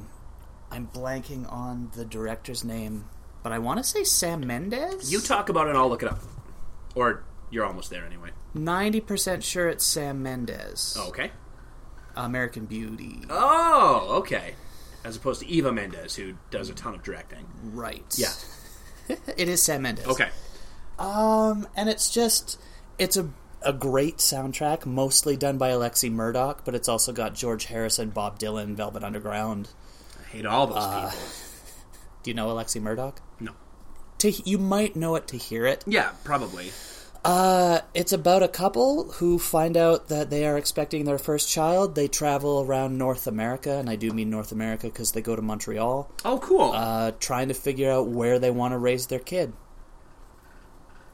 A: blanking on the director's name, but I want to say Sam Mendes.
B: You talk about it, and I'll look it up. Or you're almost there anyway. Oh,
A: Ninety percent sure it's Sam Mendes.
B: okay.
A: American Beauty.
B: Oh, okay. As opposed to Eva Mendes, who does a ton of directing.
A: Right.
B: Yeah.
A: it is Sam Mendes.
B: Okay.
A: Um, and it's just it's a a great soundtrack, mostly done by Alexi Murdoch, but it's also got George Harrison, Bob Dylan, Velvet Underground.
B: I hate all those
A: Uh,
B: people.
A: Do you know Alexi Murdoch?
B: No.
A: To you might know it to hear it.
B: Yeah, probably.
A: Uh, it's about a couple who find out that they are expecting their first child. They travel around North America, and I do mean North America because they go to Montreal,
B: Oh, cool.
A: uh, trying to figure out where they want to raise their kid.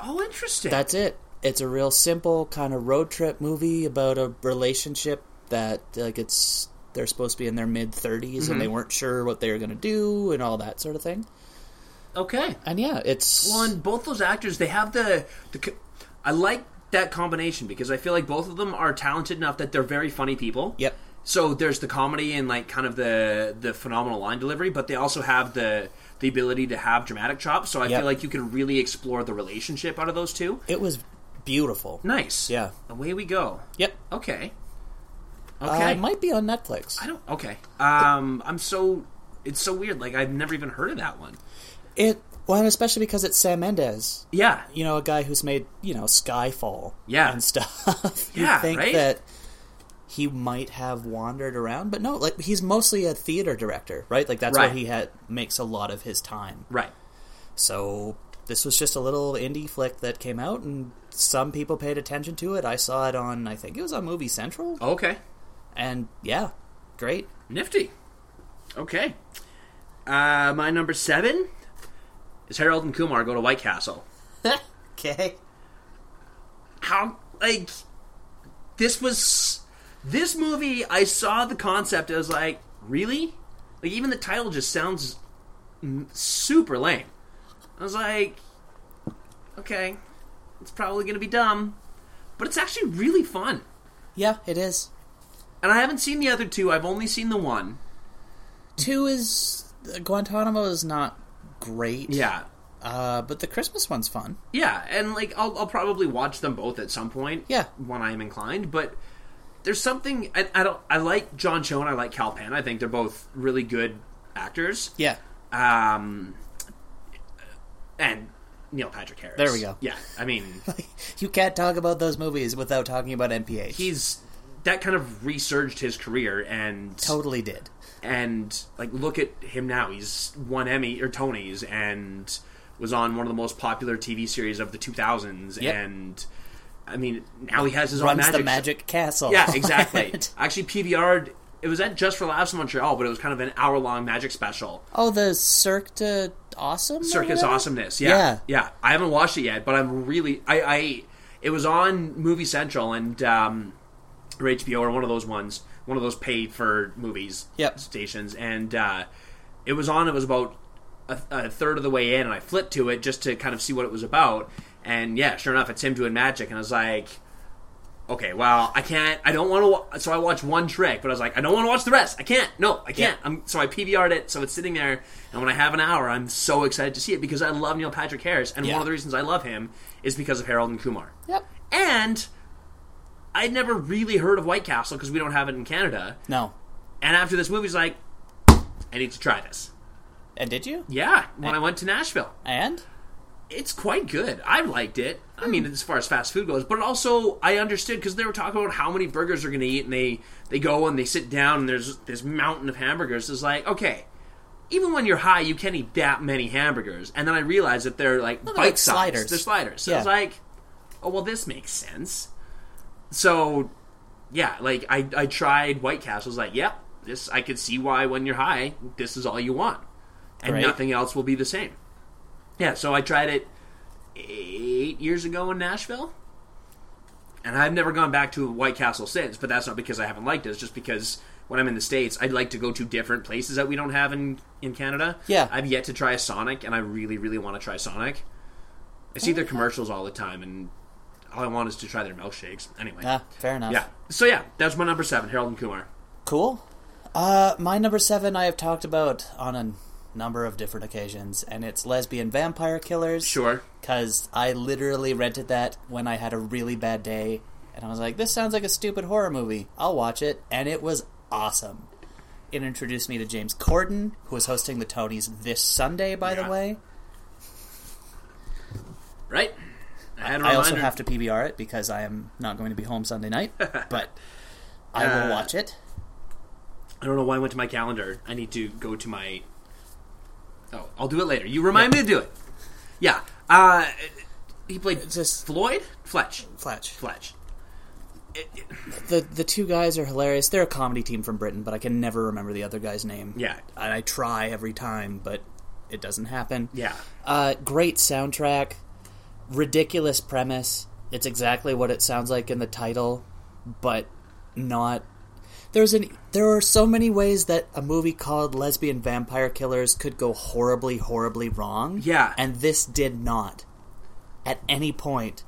B: oh, interesting.
A: That's it. It's a real simple kind of road trip movie about a relationship that like it's they're supposed to be in their mid 30s and
B: Mm-hmm.
A: they weren't sure what they were going to do and all that sort of thing.
B: okay.
A: And yeah, it's
B: Well, and both those actors, they have the the. co- I like that combination because I feel like both of them are talented enough that they're very funny people.
A: Yep.
B: So there's the comedy and like kind of the the phenomenal line delivery, but they also have the the ability to have dramatic chops. So I
A: Yep.
B: feel like you can really explore the relationship out of those two.
A: it was beautiful.
B: Nice.
A: Yeah.
B: Away we go.
A: Yep.
B: Okay.
A: Uh,
B: Okay.
A: it might be on Netflix.
B: I don't. Okay. Um. I'm so. It's so weird. Like I've never even heard of that one.
A: It well, and especially because it's Sam Mendes,
B: Yeah.
A: you know, a guy who's made you know Skyfall,
B: Yeah.
A: and stuff. (laughs)
B: Yeah,
A: you think
B: right?
A: that he might have wandered around, but no, like he's mostly a theater director, right? Like that's
B: Right.
A: where he had makes a lot of his time.
B: Right.
A: So this was just a little indie flick that came out, and some people paid attention to it. I saw it on, I think it was on Movie Central,
B: Okay.
A: and yeah, great.
B: Nifty. Okay. Uh, my number seven is Harold and Kumar go to White Castle.
A: okay.
B: How like this was this movie? I saw the concept. I was like, really? Like even the title just sounds m- super lame. I was like, okay, it's probably gonna be dumb, but it's actually really fun.
A: Yeah, it is.
B: And I haven't seen the other two. I've only seen the one.
A: Two is uh, Guantanamo is not great.
B: Yeah.
A: Uh, but the Christmas one's fun.
B: Yeah, and like I'll, I'll probably watch them both at some point.
A: Yeah.
B: when I am inclined. But there's something I, I don't. I like John Cho and I like Cal Penn. I think they're both really good actors.
A: Yeah.
B: Um, and Neil Patrick Harris.
A: There we go.
B: Yeah,
A: (laughs)
B: I mean
A: you can't talk about those movies without talking about MPH.
B: he's that kind of resurged his career and
A: totally did.
B: and like look at him now. He's won Emmy or Tonys and was on one of the most popular TV series of the 2000s
A: Yep.
B: and. I mean, now he has his own
A: Runs
B: magic
A: the Magic Castle.
B: Yeah,
A: (laughs)
B: exactly. Actually, PVR'd. It was at Just for Laughs in Montreal, but it was kind of an hour long magic special.
A: oh, the Cirque de Awesome? or
B: Circus
A: whatever?
B: Awesomeness. Yeah, yeah.
A: Yeah.
B: I haven't watched it yet, but I'm really. I. I it was on Movie Central and um, or HBO or one of those ones, one of those paid for movies
A: Yep.
B: stations, and uh, it was on. It was about a, a third of the way in, and I flipped to it just to kind of see what it was about. And yeah, sure enough, it's him doing magic, and I was like, okay, well, I can't. I don't want to. Wa- so I watched one trick, but I was like, I don't want to watch the rest. I can't. No, I can't. I'm, so I PVR'd it. So it's sitting there, and when I have an hour, I'm so excited to see it because I love Neil Patrick Harris, and
A: Yeah.
B: one of the reasons I love him is because of Harold and Kumar.
A: Yep.
B: And I'd never really heard of White Castle because we don't have it in Canada.
A: No.
B: And after this movie's like, I need to try this.
A: And did you?
B: Yeah, when I went to Nashville
A: And?
B: it's quite good. I liked it. I
A: Hmm.
B: mean, as far as fast food goes, but also I understood because they were talking about how many burgers they're going to eat, and they they go and they sit down, and there's this mountain of hamburgers. It's like okay, even when you're high, you can eat that many hamburgers. And then I realized that they're like
A: they're
B: bite
A: like sliders.
B: sliders. They're sliders. So
A: Yeah.
B: it's like, oh well, this makes sense. So yeah, like I I tried White Castle. I was like, yep, this I could see why when you're high, this is all you want, and
A: Right.
B: nothing else will be the same. Yeah, so I tried it eight years ago in Nashville, and I've never gone back to White Castle since. But that's not because I haven't liked it; it's just because when I'm in the states, I'd like to go to different places that we don't have in in Canada.
A: Yeah.
B: I've yet to try a Sonic, and I really, really want to try Sonic. I see their commercials all the time, and all I want is to try their milkshakes. Anyway,
A: Ah, fair enough.
B: yeah. So yeah, that's my number seven, Harold and Kumar.
A: Cool. Uh, my number seven I have talked about on a number of different occasions, and it's Lesbian Vampire Killers.
B: Sure.
A: Because I literally rented that when I had a really bad day, and I was like, this sounds like a stupid horror movie. I'll watch it. And it was awesome. It introduced me to James Corden, who is hosting the Tonys this Sunday, by the
B: Yeah.
A: way.
B: Right. I had a
A: I also
B: reminder.
A: have to PBR it because I am not going to be home Sunday
B: (laughs)
A: night, but I will
B: Uh,
A: watch it.
B: I don't know why I went to my calendar. I need to go to my. Oh, I'll do it later. You remind me to do it. Yeah. Uh, he played
A: Just-
B: Floyd Fletch.
A: Fletch.
B: Fletch. It- it-
A: The the two guys are hilarious. They're a comedy team from Britain, but I can never remember the other guy's name.
B: Yeah.
A: And I try every time, but it doesn't happen.
B: yeah.
A: Uh, great soundtrack, ridiculous premise. It's exactly what it sounds like in the title, but not. There's an there are so many ways that a movie called Lesbian Vampire Killers could go horribly, horribly wrong.
B: Yeah.
A: and this did not, at any point,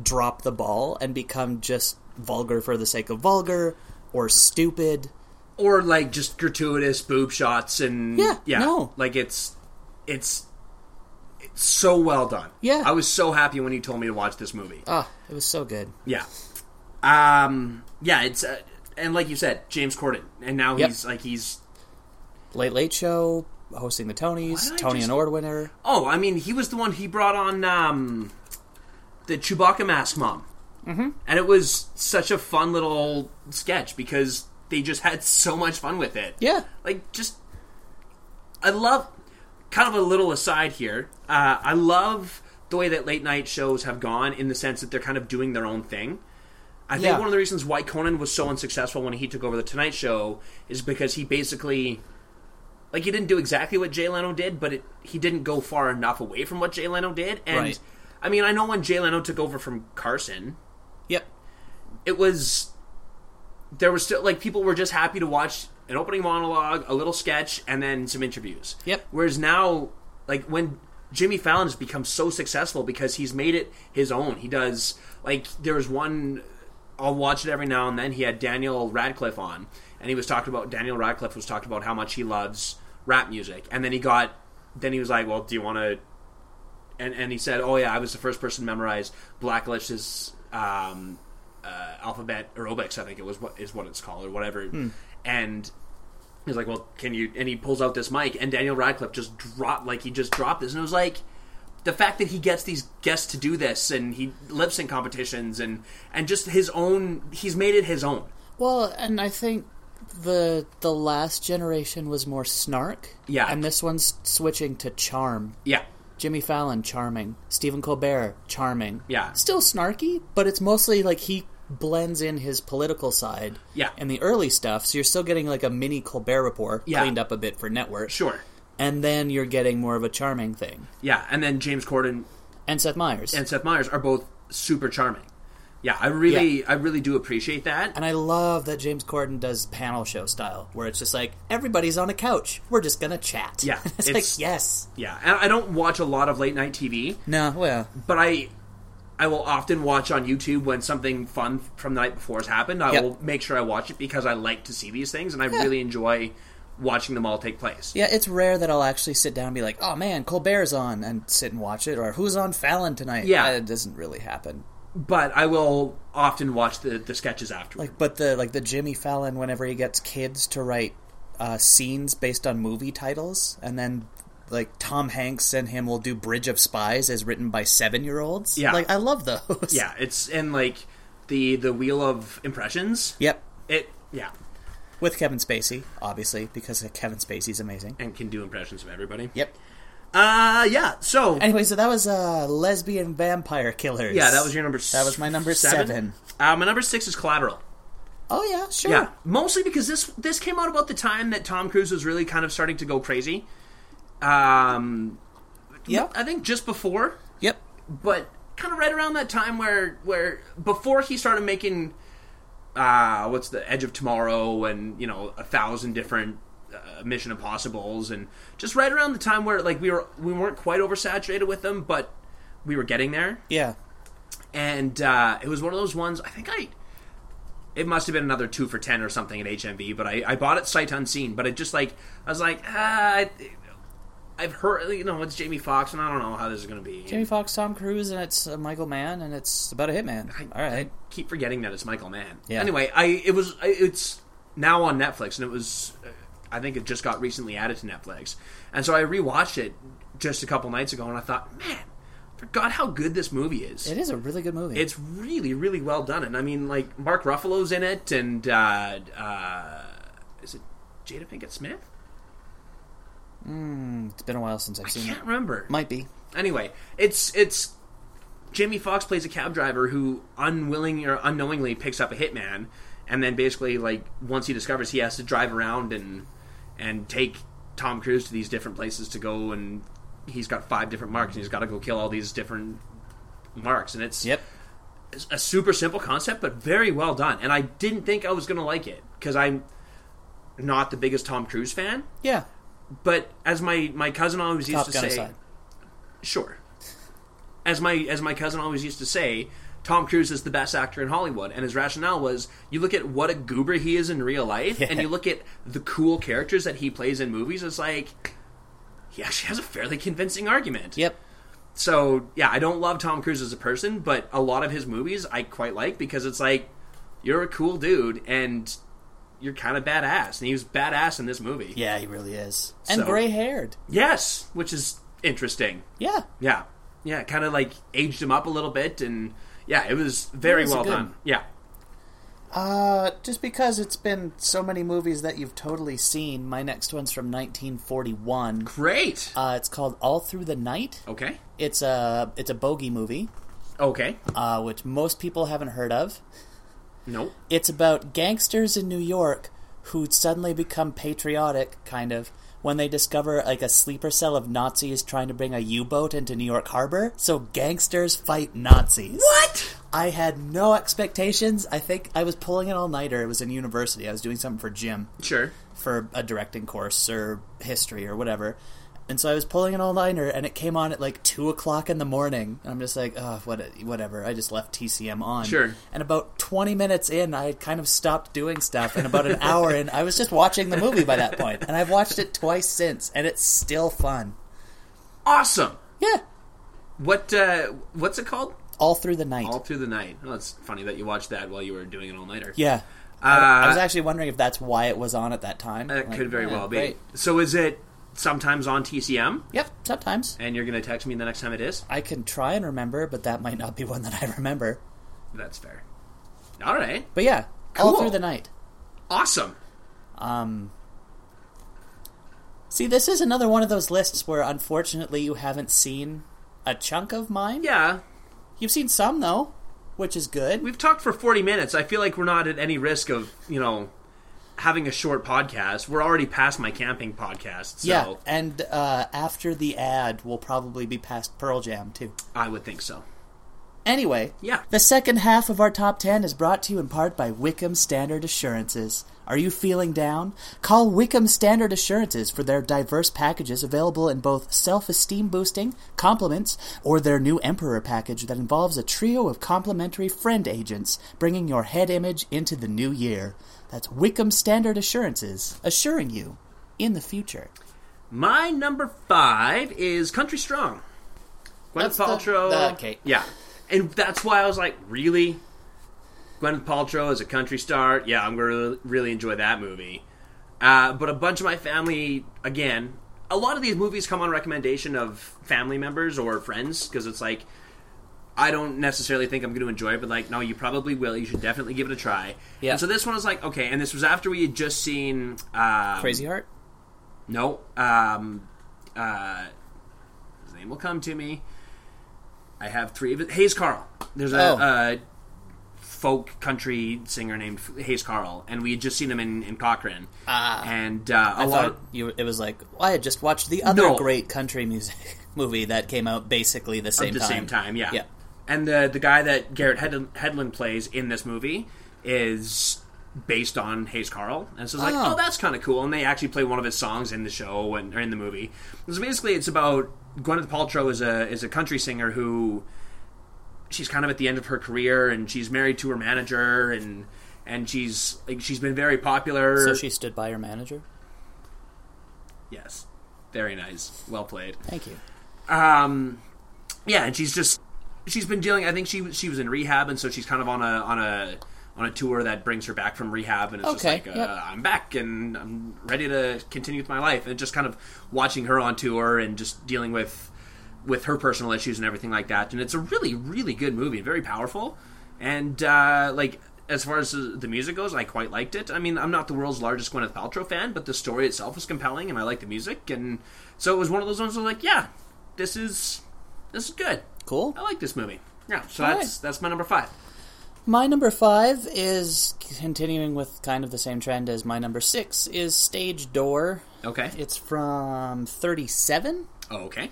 A: drop the ball and become just vulgar for the sake of vulgar or stupid.
B: Or like just gratuitous boob shots and
A: Yeah, no.
B: Like it's it's it's so well done.
A: Yeah.
B: I was so happy when you told me to watch this movie.
A: Ah, it was so good.
B: Yeah. Um. Yeah. It's uh, and like you said, James Corden, and now
A: Yep.
B: he's like he's.
A: Late Late Show hosting the
B: Why did
A: Tonys,
B: I
A: Tony
B: just-
A: and Award winner.
B: Oh, I mean, he was the one he brought on um, the Chewbacca mask mom, mm-hmm. and it was such a fun little sketch because they just had so much fun with it.
A: Yeah,
B: Like just, I love. Kind of a little aside here. Uh, I love the way that late night shows have gone in the sense that they're kind of doing their own thing. I think
A: Yeah.
B: one of the reasons why Conan was so unsuccessful when he took over the Tonight Show is because he basically, like, he didn't do exactly what Jay Leno did, but it, he didn't go far enough away from what Jay Leno did. And
A: Right.
B: I mean, I know when Jay Leno took over from Carson,
A: yep.
B: it was there was still like people were just happy to watch an opening monologue, a little sketch, and then some interviews.
A: Yep.
B: Whereas now, like when Jimmy Fallon has become so successful because he's made it his own. He does like there was one I'll watch it every now and then. He had Daniel Radcliffe on, and he was talking about Daniel Radcliffe was talking about how much he loves rap music, and then he got then he was like, "Well, do you want to?" And and he said, "Oh yeah, I was the first person to memorize Blacklist's um, uh, alphabet aerobics. I think it was what is what it's called or whatever." And he's like, "Well, can you?" And he pulls out this mic, and Daniel Radcliffe just dropped like he just dropped this, and it was like the fact that he gets these guests to do this, and he lip sync competitions, and and just his own. He's made it his own.
A: Well, and I think the the last generation was more snark.
B: Yeah.
A: And this one's switching to charm.
B: Yeah,
A: Jimmy Fallon, charming. Stephen Colbert, charming.
B: Yeah.
A: Still snarky, but it's mostly like he blends in his political side.
B: Yeah.
A: And the early stuff, so you're still getting like a mini Colbert report
B: Yeah.
A: cleaned up a bit for network.
B: sure.
A: And then you're getting more of a charming thing.
B: Yeah, and then James Corden
A: And Seth Meyers.
B: and Seth Meyers are both super charming. Yeah, I really, I really do appreciate that.
A: And I love that James Corden does panel show style, where it's just like everybody's on a couch. We're just gonna chat.
B: Yeah,
A: (laughs) it's,
B: it's-
A: like yes,
B: Yeah, and I don't watch a lot of late night TV,
A: no, well,
B: but I, I will often watch on YouTube when something fun from the night before has happened. I
A: Yep.
B: will make sure I watch it because I like to see these things, and I really enjoy watching them all take place.
A: yeah. It's rare that I'll actually sit down and be like, oh man, Colbert's on, and sit and watch it, or who's on Fallon tonight.
B: Yeah.
A: it doesn't really happen.
B: But I will often watch the the sketches afterward.
A: Like, but the like the Jimmy Fallon, whenever he gets kids to write uh, scenes based on movie titles, and then like Tom Hanks and him will do Bridge of Spies as written by seven year olds.
B: Yeah.
A: like I love those.
B: yeah, it's and like the the wheel of impressions.
A: (laughs) Yep.
B: It yeah,
A: With Kevin Spacey, obviously, because Kevin Spacey's amazing.
B: and can do impressions of everybody.
A: Yep.
B: Uh yeah. So
A: Anyway, so that was uh, lesbian vampire killers.
B: yeah, that was your number.
A: That was my number seven.
B: Uh, my number six is Collateral.
A: Oh yeah, sure.
B: Yeah, mostly because this this came out about the time that Tom Cruise was really kind of starting to go crazy. Um,
A: Yep.
B: I think just before,
A: Yep.
B: but kind of right around that time where where before he started making uh, what's the Edge of Tomorrow and you know a thousand different uh, Mission Impossible's and just right around the time where like we were we weren't quite oversaturated with them, but we were getting there
A: Yeah.
B: and uh, it was one of those ones. I think I. It must have been another two for ten or something at HMV, but I, I bought it sight unseen. But it just like I was like, ah, I, I've heard you know it's Jamie Foxx, and I don't know how this is going to be.
A: Jamie Foxx, Tom Cruise, and it's uh, Michael Mann, and it's about a hitman. All right.
B: keep forgetting that it's Michael Mann.
A: Yeah.
B: Anyway, I it was I, it's now on Netflix, and it was uh, I think it just got recently added to Netflix, and so I rewatched it just a couple nights ago, and I thought, man, forgot how good this movie is.
A: It is a really good movie.
B: it's really really well done and i mean like mark ruffalo's in it and uh uh is it jada pinkett smith
A: it's been a while since I've
B: i
A: seen it.
B: can't remember
A: Might be.
B: anyway it's it's jamie fox plays a cab driver who unwilling or unknowingly picks up a hitman and then basically like once he discovers he has to drive around and and take tom cruise to these different places to go and he's got five different marks and he's got to go kill all these different marks and it's
A: Yep.
B: a super simple concept, but very well done. And I didn't think I was going to like it because I'm not the biggest Tom Cruise fan.
A: Yeah.
B: But as my, my cousin always used
A: Top
B: to
A: Gun
B: say,
A: aside.
B: sure. As my as my cousin always used to say, Tom Cruise is the best actor in Hollywood, and his rationale was: you look at what a goober he is in real life, and you look at the cool characters that he plays in movies. It's like he actually has a fairly convincing argument.
A: Yep.
B: So yeah, I don't love Tom Cruise as a person, but a lot of his movies I quite like because it's like you're a cool dude and you're kind of badass, and he was badass in this movie.
A: Yeah, he really is. And
B: So-
A: gray haired.
B: Yes, which is interesting.
A: Yeah.
B: Yeah, yeah, kind of like aged him up a little bit, and yeah, it was very
A: was a
B: well
A: good-
B: done. Yeah,
A: Uh, just because it's been so many movies that you've totally seen, my next one's from 1941.
B: great.
A: Uh, it's called All Through the Night.
B: okay,
A: It's a it's a bogey movie,
B: okay,
A: uh, which most people haven't heard of.
B: no,
A: It's about gangsters in New York who suddenly become patriotic, kind of, when they discover like a sleeper cell of Nazis trying to bring a U-boat into New York Harbor. So gangsters fight Nazis.
B: what?
A: I had no expectations. I think I was pulling an all nighter. It was in university. I was doing something for gym
B: Sure.
A: for a directing course or history or whatever. And so I was pulling an all nighter, and it came on at like two o'clock in the morning. And I'm just like, oh, what, whatever. I just left TCM on.
B: Sure.
A: And about 20 minutes in, I had kind of stopped doing stuff. And about an hour in, I was just watching the movie by that point. And I've watched it twice since, and it's still fun.
B: Awesome.
A: Yeah.
B: What? uh What's it called?
A: All through the night.
B: All through the night. Oh, it's funny that you watched that while you were doing an all nighter.
A: yeah. I, I was actually wondering if that's why it was on at that time.
B: Uh, That
A: Like,
B: Uh, could very
A: yeah,
B: well be.
A: great.
B: So is it sometimes on TCM?
A: Yep, sometimes.
B: And you're going to text me the next time it is?
A: I can try and remember, but that might not be one that I remember.
B: That's fair. All right.
A: But yeah, all
B: Cool.
A: through the night.
B: Awesome.
A: See, this is another one of those lists where unfortunately you haven't seen a chunk of mine.
B: Yeah.
A: You've seen some though, which is good.
B: We've talked for 40 minutes. I feel like we're not at any risk of, you know, having a short podcast. We're already past my camping podcast. So
A: yeah, and uh, after the ad, we'll probably be past Pearl Jam too.
B: I would think so.
A: Anyway,
B: Yeah.
A: the second half of our top 10 is brought to you in part by Wickham Standard Assurances. Are you feeling down? Call Wickham Standard Assurances for their diverse packages available in both self esteem boosting, compliments, or their new Emperor package that involves a trio of complimentary friend agents bringing your head image into the new year. That's Wickham Standard Assurances, assuring you in the future.
B: My number five is Country Strong. Gwyneth
A: That's the-
B: Paltrow.
A: the- okay.
B: Yeah. And that's why I was like, really? Gwyneth Paltrow is a country star. Yeah, I'm going to really enjoy that movie. Uh, but a bunch of my family, again, a lot of these movies come on recommendation of family members or friends because it's like, I don't necessarily think I'm going to enjoy it, but like, no, you probably will. You should definitely give it a try.
A: Yeah.
B: And so this one was like, okay, and this was after we had just seen uh,
A: Crazy Heart?
B: no. Um, uh, his name will come to me. I have three of it. Hayes Carl. There's a,
A: Oh.
B: a folk country singer named Hayes Carl, and we had just seen him in, in Cochrane.
A: Ah.
B: and uh, a
A: I
B: lot.
A: thought you, it was like well, I had just watched the other
B: No.
A: great country music (laughs) movie that came out basically the same
B: at the
A: time.
B: same time, yeah.
A: Yeah.
B: And the the guy that Garrett Hedlund, Hedlund plays in this movie is based on Hayes Carl, and so it's like,
A: Oh.
B: oh, that's kind of cool. And they actually play one of his songs in the show and or in the movie. So basically, it's about Gwyneth Paltrow is a is a country singer who she's kind of at the end of her career, and she's married to her manager, and and she's like she's been very popular.
A: So she stood by her manager.
B: yes, very nice, well played.
A: Thank you.
B: um, yeah, and she's just she's been dealing. I think she she was in rehab, and so she's kind of on a on a on a tour that brings her back from rehab, and it's
A: Okay,
B: just like
A: yep.
B: uh, I'm back and I'm ready to continue with my life, and just kind of watching her on tour and just dealing with with her personal issues and everything like that. And it's a really really good movie, very powerful, and uh, like. As far as the the music goes, I quite liked it. I mean, I'm not the world's largest Gwyneth Paltrow fan, but the story itself was compelling, and I liked the music, and so it was one of those ones. Where I was like, yeah, this is this is good.
A: Cool.
B: I like this movie. Yeah, so
A: All
B: that's that's my number five.
A: My number five is continuing with kind of the same trend as my number six is Stage Door.
B: Okay.
A: It's from thirty-seven.
B: Oh, okay.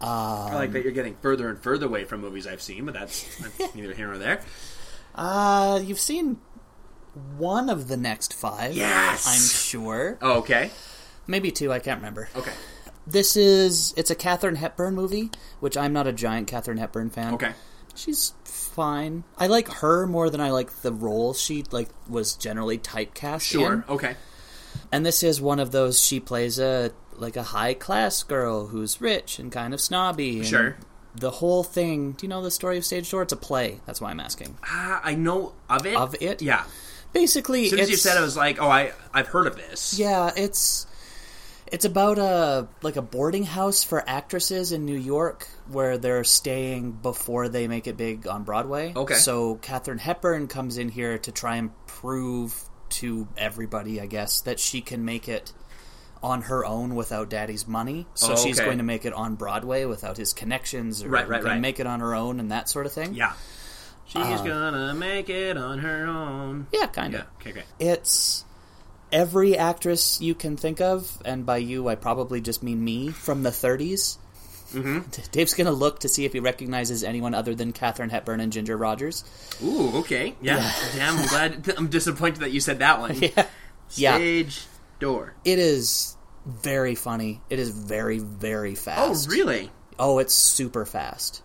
A: Um,
B: I like that you're getting further and further away from movies I've seen,
A: (laughs)
B: but that's, that's neither here nor there.
A: Uh, you've seen one of the next five.
B: Yes!
A: I'm sure.
B: Oh, okay.
A: Maybe two. I can't remember.
B: Okay.
A: This is it's a Katherine Hepburn movie, which I'm not a giant Katherine Hepburn fan.
B: Okay.
A: She's fine. I like her more than I like the role she like was generally typecast
B: Sure.
A: in.
B: Okay.
A: And this is one of those she plays a like a high class girl who's rich and kind of snobby. and
B: Sure.
A: The whole thing. Do you know the story of Stage Door? It's a play. That's why I'm asking.
B: Ah, I know of it.
A: Of it?
B: Yeah.
A: Basically,
B: As soon as you
A: it's-
B: said, it, I was like, oh, I I've heard of this.
A: Yeah, it's it's about a like a boarding house for actresses in New York where they're staying before they make it big on Broadway.
B: Okay.
A: So Katherine Hepburn comes in here to try and prove to everybody, I guess, that she can make it on her own without daddy's money. So she's
B: Oh, Okay.
A: going to make it on Broadway without his connections or
B: Right, right,
A: gonna
B: right.
A: make it on her own and that sort of thing.
B: Yeah. She's
A: Uh,
B: gonna make it on her own.
A: Yeah, kind of.
B: Yeah. Okay. Okay.
A: it's every actress you can think of, and by you I probably just mean me from the 30s. Mm-hmm. (laughs) Dave's gonna look to see if he recognizes anyone other than Katherine Hepburn and Ginger Rogers.
B: Ooh. Okay. Yeah. Damn. I'm glad. (laughs) I'm disappointed that you said that one.
A: (laughs) Yeah, yeah.
B: Stage door.
A: It is very funny. It is very very
B: Oh,
A: fast.
B: really?
A: Oh, it's super fast.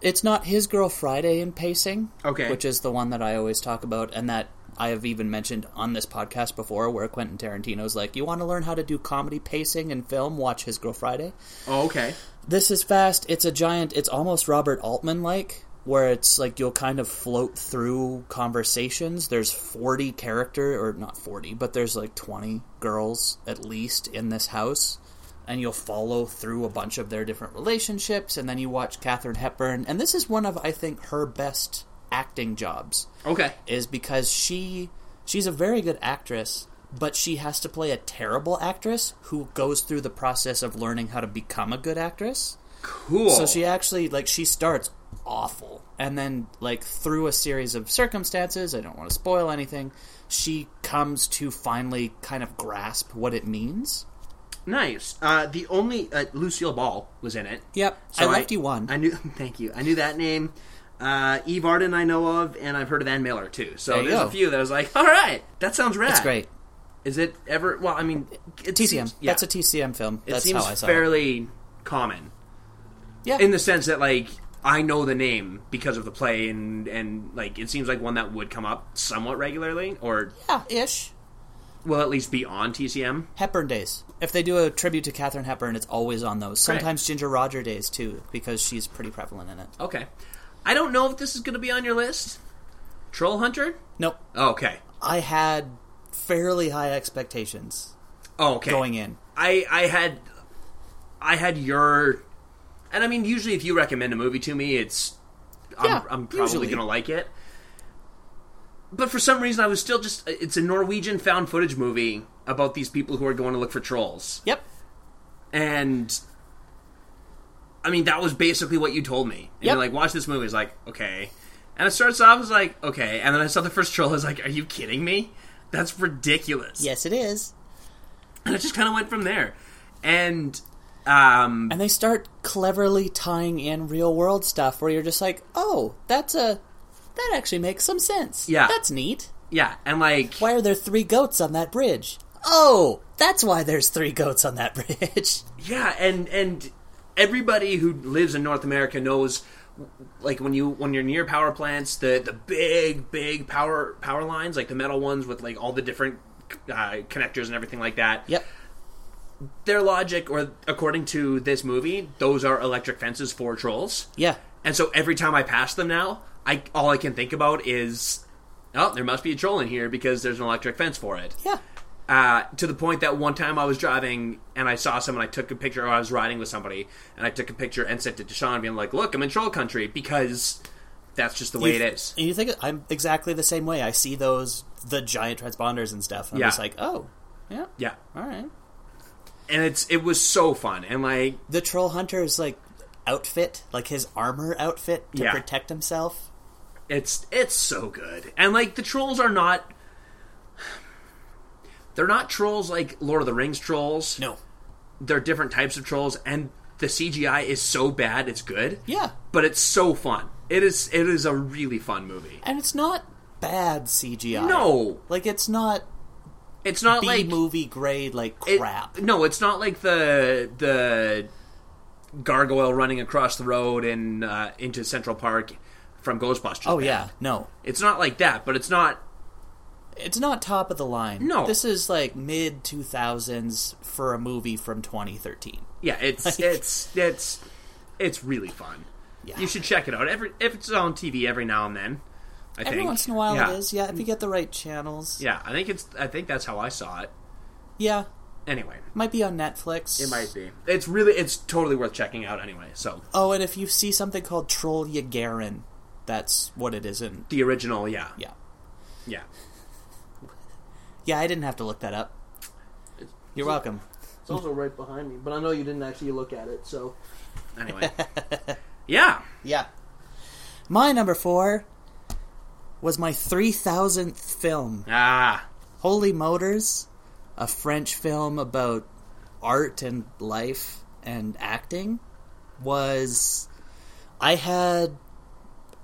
A: It's not his girl Friday in pacing,
B: Okay.
A: which is the one that I always talk about, and that I have even mentioned on this podcast before, where Quentin Tarantino's like, "You want to learn how to do comedy pacing in film? Watch His Girl Friday."
B: Oh, okay.
A: This is fast. It's a giant. It's almost Robert Altman like, where it's like you'll kind of float through conversations. There's 40 character, or not 40, but there's like 20 girls at least in this house, and you'll follow through a bunch of their different relationships, and then you watch Katherine Hepburn, and this is one of I think her best acting jobs
B: Okay.
A: is because she she's a very good actress but she has to play a terrible actress who goes through the process of learning how to become a good actress
B: Cool.
A: so she actually like she starts awful and then like through a series of circumstances i don't want to spoil anything she comes to finally kind of grasp what it means
B: nice. Uh, the only uh, Lucille Ball was in it.
A: yep
B: So
A: i left you one
B: (laughs) I knew. Thank you. I knew that name. uh, Eve Arden I know of, and I've heard of Ann Miller too. So
A: There you
B: there's
A: go.
B: a few that I was like, all right, that sounds rad.
A: It's great.
B: Is it ever? Well, I mean, it
A: TCM.
B: seems- yeah.
A: That's a TCM film.
B: It
A: That's
B: seems
A: how I saw it.
B: fairly common
A: Yeah.
B: in the sense that like I know the name because of the play, and and like it seems like one that would come up somewhat regularly, or
A: yeah, ish.
B: will at least be on TCM.
A: Hepburn days. If they do a tribute to Katherine Hepburn, it's always on those.
B: Great.
A: Sometimes Ginger Roger days too, because she's pretty prevalent in it.
B: Okay, I don't know if this is going to be on your list. Troll Hunter.
A: Nope.
B: Okay.
A: I had fairly high expectations
B: Oh, okay.
A: going in.
B: I I had I had your and I mean usually if you recommend a movie to me it's I'm,
A: Yeah,
B: I'm probably
A: usually.
B: gonna like it but for some reason I was still just it's a Norwegian found footage movie about these people who are going to look for trolls
A: Yep.
B: and I mean that was basically what you told me and
A: Yep.
B: you're like watch this movie it's like okay and it starts off as like okay and then I saw the first troll I was like are you kidding me that's ridiculous
A: Yes, it is.
B: and it just kind of went from there and um
A: And they start cleverly tying in real world stuff where you're just like, oh, that's a. That actually makes some sense.
B: Yeah.
A: That's neat.
B: Yeah, and like
A: Why are there three goats on that bridge? Oh, that's why there's three goats on that (laughs) bridge.
B: yeah, and and everybody who lives in North America knows like when you when you're near power plants, the the big big power power lines, like the metal ones with like all the different uh, connectors and everything like that.
A: yep.
B: Their logic or according to this movie, those are electric fences for trolls.
A: Yeah.
B: And so every time I pass them now, I all I can think about is oh, there must be a troll in here because there's an electric fence for it.
A: Yeah.
B: uh, to the point that one time I was driving and I saw someone, I took a picture, or I was riding with somebody, and I took a picture and sent it to Sean, being like, "Look, I'm in troll country," because that's just the way it is.
A: And you think I'm exactly the same way. I see those the giant transponders and stuff. And I'm
B: Yeah.
A: just like, oh, yeah,
B: Yeah,
A: all right.
B: and it's it was so fun, and like,
A: The troll hunter's like outfit, like his armor outfit to
B: Yeah.
A: protect himself.
B: it's it's so good, and like the trolls are not. They're not trolls like Lord of the Rings trolls.
A: No.
B: They're different types of trolls, and the CGI is so bad it's good.
A: Yeah.
B: But it's so fun. It is it is a really fun movie.
A: And it's not bad CGI.
B: No.
A: Like it's not
B: It's not
A: B
B: like
A: movie grade like
B: It-
A: crap.
B: No, it's not like the the gargoyle running across the road and uh, into Central Park from Ghostbusters.
A: oh
B: bad.
A: yeah. No.
B: it's not like that, but it's not.
A: It's not top of the line.
B: No.
A: This is like mid 2000s for a movie from 2013.
B: Yeah, it's it's it's it's really fun.
A: Yeah.
B: You should check it out. Every if it's on TV every now and then. I
A: Every
B: think.
A: once in a while
B: yeah.
A: it is. Yeah, if you get the right channels.
B: Yeah, I think it's. I think that's how I saw it.
A: Yeah.
B: Anyway,
A: Might be on Netflix.
B: it might be. It's really. It's totally worth checking out. Anyway, so
A: Oh, and if you see something called Troll Yagarin, that's what it is in.
B: the original. Yeah,
A: Yeah.
B: yeah.
A: Yeah, I didn't have to look that up. You're welcome.
B: It's also right behind me, but I know you didn't actually look at it, so.
A: (laughs)
B: Anyway. yeah.
A: Yeah. My number four was my 3,000th film,
B: Ah.
A: Holy Motors, a French film about art and life and acting. Was. I had.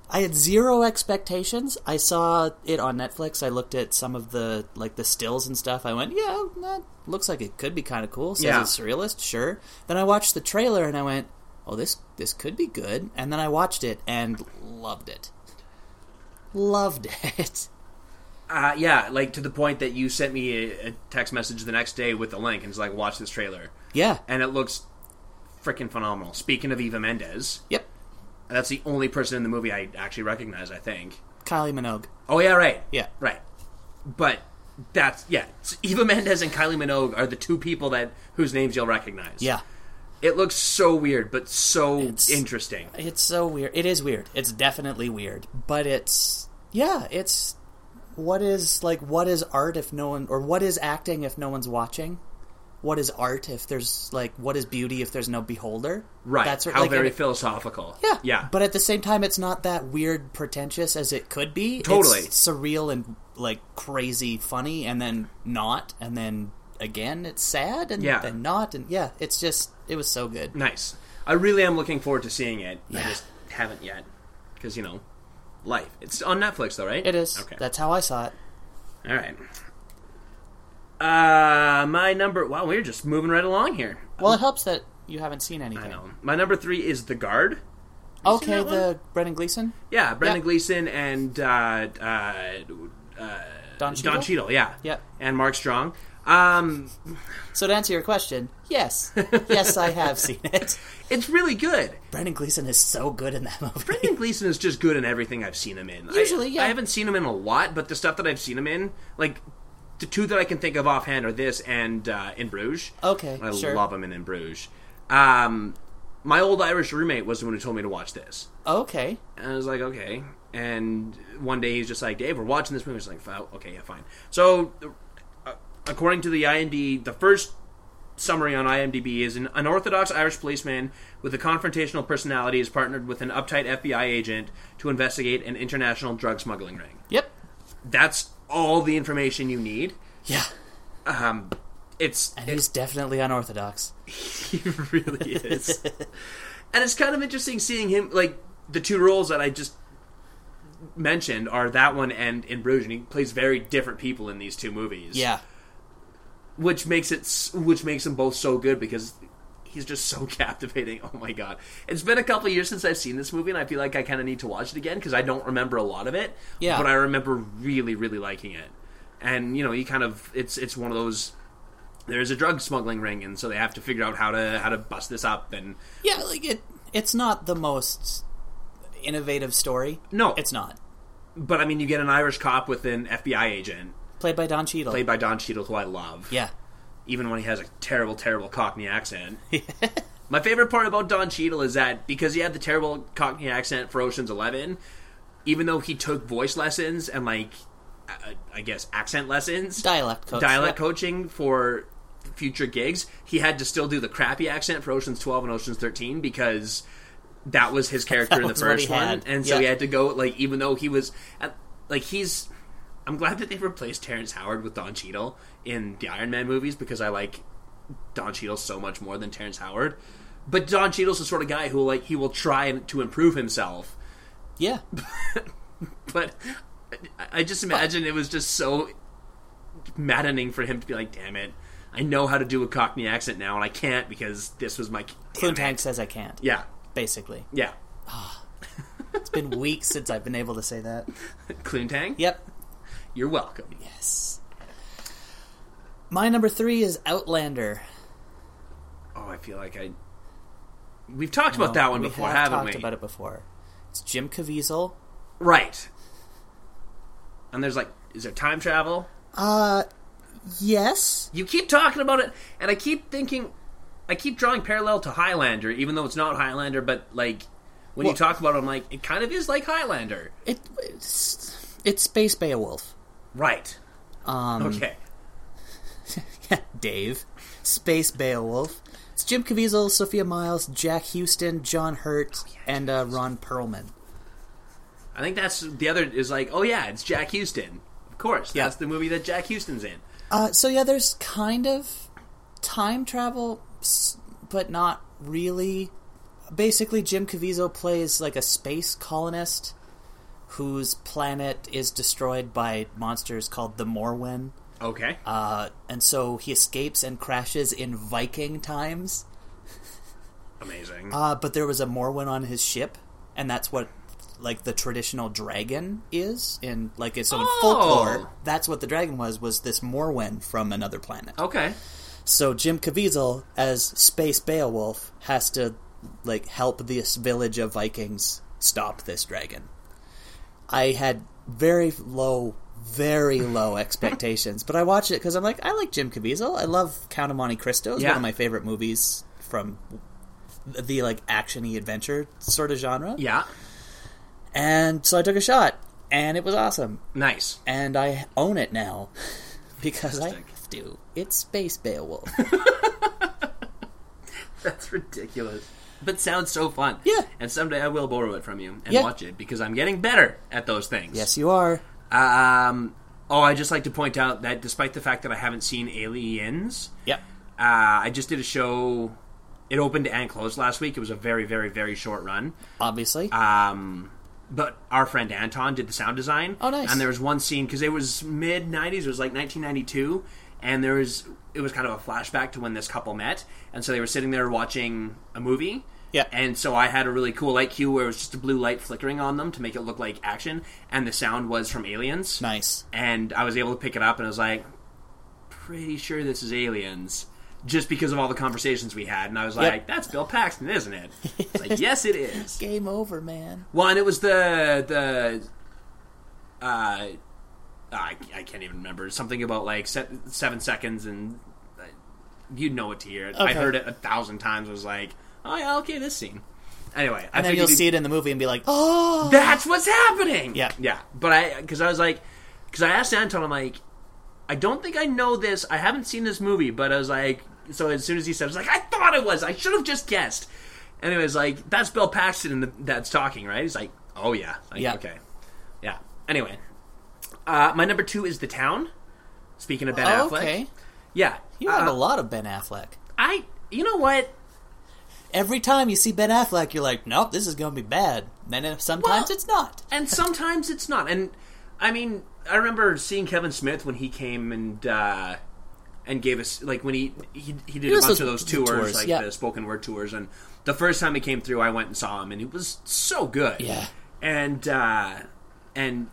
A: I had zero expectations. I saw it on Netflix. I looked at some of the like the stills and stuff. I went, "Yeah, that looks like it could be kind of cool." Says
B: Yeah.
A: it's surrealist, sure. Then I watched the trailer and I went, "Oh, this this could be good." And then I watched it and loved it. Loved (laughs) it.
B: Uh, yeah, like to the point that you sent me a, a text message the next day with the link and it's like, watch this trailer.
A: Yeah.
B: And it looks freaking phenomenal. Speaking of Eva Mendes,
A: Yep.
B: that's the only person in the movie I actually recognize, I think.
A: Kylie Minogue.
B: Oh, yeah, right.
A: Yeah.
B: Right. But that's, yeah. it's- Eva Mendes and Kylie Minogue are the two people that whose names you'll recognize.
A: Yeah.
B: It looks so weird, but so
A: It's-
B: interesting.
A: It's so weird. It is weird. It's definitely weird. But it's yeah, it's what is like what is art if no one or what is acting if no one's watching? What is art if there's like what is beauty if there's no beholder?
B: Right.
A: That's what,
B: How
A: like,
B: very
A: it-
B: philosophical.
A: yeah.
B: Yeah.
A: But at the same time it's not that weird pretentious as it could be. It's
B: Totally.
A: surreal and like crazy funny and then not and then again it's sad and
B: Yeah. Mm.
A: then not and yeah, it's just it was so good.
B: nice. I really am looking forward to seeing it. I
A: Yeah.
B: just haven't yet. because you know, life. It's on Netflix though, right?
A: It is.
B: Okay.
A: That's how I saw it.
B: All right. Uh, my number. Wow, we're just moving right along here.
A: Well, it helps that you haven't seen anything.
B: I know. My number three is The Guard. you seen
A: Okay,
B: that
A: the Brendan Gleeson,
B: Yeah, Brendan
A: Yeah.
B: Gleeson and uh, uh,
A: Don Cheadle.
B: Don Cheadle. Yeah.
A: Yep.
B: And Mark Strong. Um,
A: So to answer your question,
B: (laughs)
A: yes, yes, I have seen it.
B: it's really good.
A: Brendan Gleeson is so good in that movie.
B: Brendan Gleeson is just good in everything I've seen him in. I-
A: Usually, yeah.
B: I haven't seen him in a lot, but the stuff that I've seen him in, like the two that I can think of offhand are this and uh, In Bruges.
A: Okay,
B: I
A: sure.
B: love him in In Bruges. Um, my old Irish roommate was the one who told me to watch this,
A: Okay,
B: and I was like, okay. And one day he's just like, Dave, we're watching this movie. I was like, "Fine, okay, yeah, fine. So, uh, according to the IMD, the first summary on IMDb is an unorthodox Irish policeman with a confrontational personality is partnered with an uptight FBI agent to investigate an international drug smuggling ring.
A: yep,
B: That's all the information you need.
A: yeah,
B: Um, it's
A: and he's definitely unorthodox.
B: (laughs) he really is. and it's kind of interesting seeing him like the two roles that I just mentioned are that one and in Bruges and he plays very different people in these two movies.
A: Yeah,
B: Which makes it s- which makes them both so good because he's just so (laughs) captivating. Oh my god. It's been a couple of years since I've seen this movie and I feel like I kind of need to watch it again because I don't remember a lot of it,
A: Yeah.
B: but I remember really really liking it. And you know, you kind of it's it's one of those there's a drug smuggling ring and so they have to figure out how to how to bust this up and
A: yeah, like it. It's not the most innovative story.
B: No.
A: it's not.
B: But I mean, you get an Irish cop with an FBI agent,
A: Played by Don Cheadle.
B: played by Don Cheadle, who I love.
A: yeah,
B: Even when he has a terrible, terrible Cockney accent. My favorite part about Don Cheadle is that because he had the terrible Cockney accent for Ocean's Eleven, even though he took voice lessons and like, uh, I guess accent lessons,
A: dialect coach.
B: dialect
A: Yep.
B: coaching for future gigs, he had to still do the crappy accent for Ocean's 12 and Ocean's 13 because that
A: (laughs)
B: was his character in the
A: was what
B: first
A: he
B: one.
A: had.
B: And so he
A: Yeah.
B: had to go, like, even though he was, at- like, he's. I'm glad that they replaced Terrence Howard with Don Cheadle in the Iron Man movies because I like Don Cheadle so much more than Terrence Howard. But Don Cheadle's the sort of guy who, like, he will try and- to improve himself.
A: Yeah,
B: But I- I just imagine it was just so maddening for him to be like, damn it, I know how to do a Cockney accent now, and I can't because this was my.
A: Cloontank says I can't.
B: Yeah,
A: basically,
B: yeah.
A: it's been weeks since I've been able to say that.
B: Cloontank?
A: Yep,
B: You're welcome.
A: yes. My number three is Outlander.
B: Oh, I feel like I. We've talked about that one
A: we
B: before,
A: have
B: have not
A: talked
B: we?
A: about it before. It's Jim Caviezel.
B: Right. And there's like, is there time travel?
A: Uh, yes.
B: You keep talking about it, and I keep thinking, I keep drawing parallel to Highlander, even though it's not Highlander, but like, when you
A: Well-
B: talk about it, I'm like, it kind of is like Highlander.
A: It, it's it's Space Beowulf. (laughs)
B: Right.
A: Um,
B: Okay.
A: Dave, Space Beowulf. It's Jim Caviezel, Sophia Miles, Jack Houston, John Hurt,
B: Oh,
A: and uh, Ron Perlman.
B: I think that's the other is like, oh yeah, it's Jack Houston. Of course,
A: Yeah.
B: that's the movie that Jack Houston's in.
A: Uh, so yeah, there's kind of time travel, s- but not really. Basically, Jim Caviezel plays like a space colonist whose planet is destroyed by monsters called the Morwen.
B: Okay.
A: Uh, and so he escapes and crashes in Viking times.
B: Amazing.
A: Uh, but there was a Morwen on his ship, and that's what like the traditional dragon is in like its own
B: Oh.
A: folklore. That's what the dragon was was this Morwen from another planet.
B: okay.
A: So Jim Caviezel as Space Beowulf has to like help this village of Vikings stop this dragon. I had very low, very low expectations, but I watched it because I'm like, I like Jim Caviezel. I love Count of Monte Cristo. It's
B: Yeah.
A: one of my favorite movies from the like actiony adventure sort of genre.
B: Yeah.
A: And so I took a shot, and it was awesome (laughs)
B: Nice.
A: and I own it now (laughs) because I
B: Fantastic.
A: have to. It's Space Beowulf.
B: That's ridiculous. But sounds so fun.
A: Yeah.
B: And someday I will borrow it from you and
A: Yeah.
B: watch it because I'm getting better at those things.
A: yes, you are.
B: Um. Oh, I just like to point out that despite the fact that I haven't seen Aliens,
A: Yep.
B: uh, I just did a show. It opened and closed last week. It was a very, very, very short run.
A: Obviously.
B: Um, but our friend Anton did the sound design.
A: Oh, nice.
B: And there was one scene because it was mid '90s. It was like 1992, and there was it was kind of a flashback to when this couple met, and so they were sitting there watching a movie.
A: Yeah.
B: And so I had a really cool light cue where it was just a blue light flickering on them to make it look like action, and the sound was from Aliens.
A: Nice.
B: And I was able to pick it up, and I was like, pretty sure this is Aliens. Just because of all the conversations we had, and I was like, "That's Bill Paxton, isn't it?"
A: (laughs)
B: It's like, yes, it is.
A: Game over, man.
B: Well, and it was the the uh, I, I can't even remember something about like se- seven seconds, and uh, you'd know it to hear it. I
A: Okay.
B: heard it a thousand times. I was like, oh yeah, okay, this scene. Anyway, I
A: And then
B: figured
A: you'll
B: you'd-
A: see it in the movie and be like, oh,
B: that's what's happening.
A: Yeah.
B: yeah. But I because I was like because I asked Anton, I'm like, I don't think I know this. I haven't seen this movie, but I was like, so as soon as he said, I was like, I thought it was. I should have just guessed. Anyways, like that's Bill Paxton in the, that's talking, right? He's like, oh yeah, Like,
A: Yeah.
B: okay, yeah. Anyway, uh, my number two is The Town. Speaking of Ben
A: oh,
B: Affleck,
A: okay.
B: yeah,
A: You
B: Uh,
A: have a lot of Ben Affleck.
B: I you know what?
A: Every time you see Ben Affleck, you're like, nope, this is going to be bad. And then sometimes
B: Well-
A: it's not.
B: and sometimes it's not. And I mean, I remember seeing Kevin Smith when he came and uh, and gave us like when he he, he did a
A: was
B: bunch
A: those-
B: of those
A: the
B: tours,
A: tours,
B: like
A: yeah.
B: the spoken word tours. And the first time he came through, I went and saw him, and it was so good.
A: Yeah.
B: and uh, and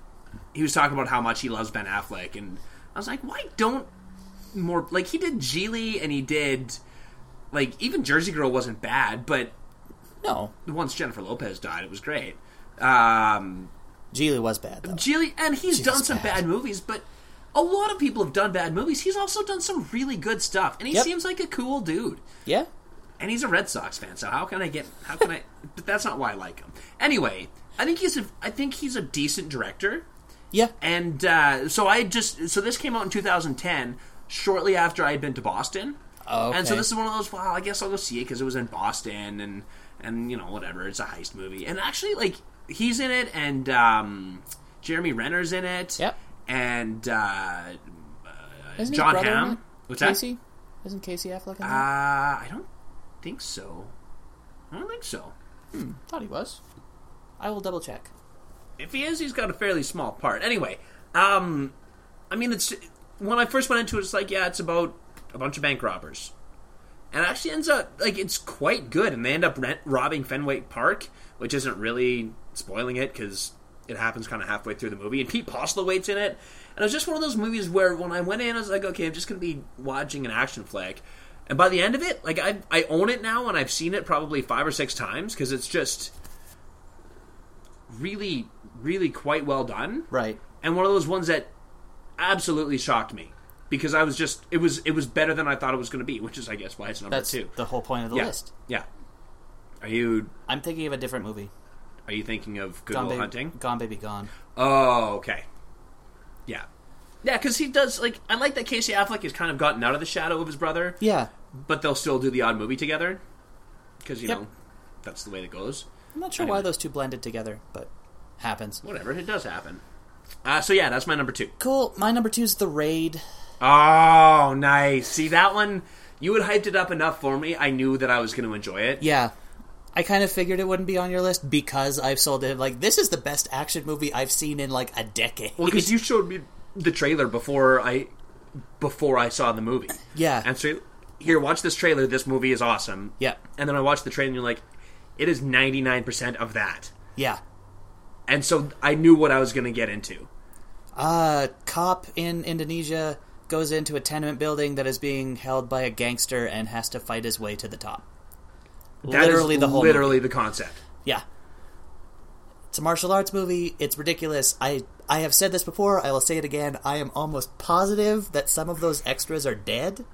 B: he was talking about how much he loves Ben Affleck, and I was like, why don't more like he did Geely and he did like even Jersey Girl wasn't bad, but
A: No,
B: once Jennifer Lopez died, it was great. Um,
A: Geely was bad, though.
B: Gilly, and he's done some
A: bad.
B: bad movies, but a lot of people have done bad movies. He's also done some really good stuff, and he
A: Yep.
B: seems like a cool dude.
A: Yeah?
B: And he's a Red Sox fan, so how can I get? How can I? (laughs) But that's not why I like him. Anyway, I think he's a. I think he's a decent director,
A: Yeah.
B: and uh, so I just. So this came out in 2010, shortly after I had been to Boston.
A: Oh,
B: And so
A: okay.
B: this is one of those. Well, I guess I'll go see it because it was in Boston, and and you know whatever. It's a heist movie, and actually like he's in it, and um, Jeremy Renner's in it.
A: Yep.
B: And uh,
A: Isn't
B: John
A: brother in
B: Hamm?
A: it?
B: What's that?
A: Casey? Isn't Casey Affleck in
B: uh,
A: that?
B: I don't think so. I don't think so.
A: thought he was. I will double check.
B: if he is, he's got a fairly small part. Anyway, um, I mean, it's when I first went into it, it's like, yeah, it's about a bunch of bank robbers, and it actually ends up like it's quite good, and they end up rent- robbing Fenway Park, which isn't really spoiling it because it happens kind of halfway through the movie, and Pete Postlewaite's in it, and it was just one of those movies where when I went in, I was like, okay, I'm just gonna be watching an action flick. And by the end of it, like I, I own it now, and I've seen it probably five or six times because it's just really, really quite well done.
A: Right.
B: And one of those ones that absolutely shocked me because I was just it was it was better than I thought it was going to be, which is I guess why it's number
A: That's
B: two.
A: the whole point of the
B: yeah.
A: list.
B: Yeah. Are you
A: I'm thinking of a different movie.
B: are you thinking of Good
A: Gone,
B: Will
A: Baby-
B: Hunting?
A: Gone Baby Gone.
B: Oh, okay. Yeah. Yeah, because he does like I like that Casey Affleck has kind of gotten out of the shadow of his brother,
A: Yeah.
B: but they'll still do the odd movie together because you
A: Yep.
B: know that's the way that goes.
A: I'm not sure why those two blended together, but happens.
B: Whatever, it does happen. Uh, so yeah, that's my number two.
A: Cool. My number two is The Raid.
B: Oh, nice. See that one? You had hyped it up enough for me. I knew that I was going to enjoy it.
A: Yeah. I kind of figured it wouldn't be on your list because I've sold it like this is the best action movie I've seen in like a decade.
B: Well, because you showed me the trailer before I before I saw the movie.
A: Yeah.
B: And so here, watch this trailer. This movie is awesome.
A: Yeah.
B: And then I watched the trailer, and you're like, it is 99 percent of that.
A: Yeah.
B: And so I knew what I was going to get into.
A: A Uh, cop in Indonesia goes into a tenement building that is being held by a gangster and has to fight his way to the top.
B: That is
A: literally the whole
B: literally the concept.
A: Yeah. It's a martial arts movie. It's ridiculous. I I have said this before. I will say it again. I am almost positive that some of those extras are dead.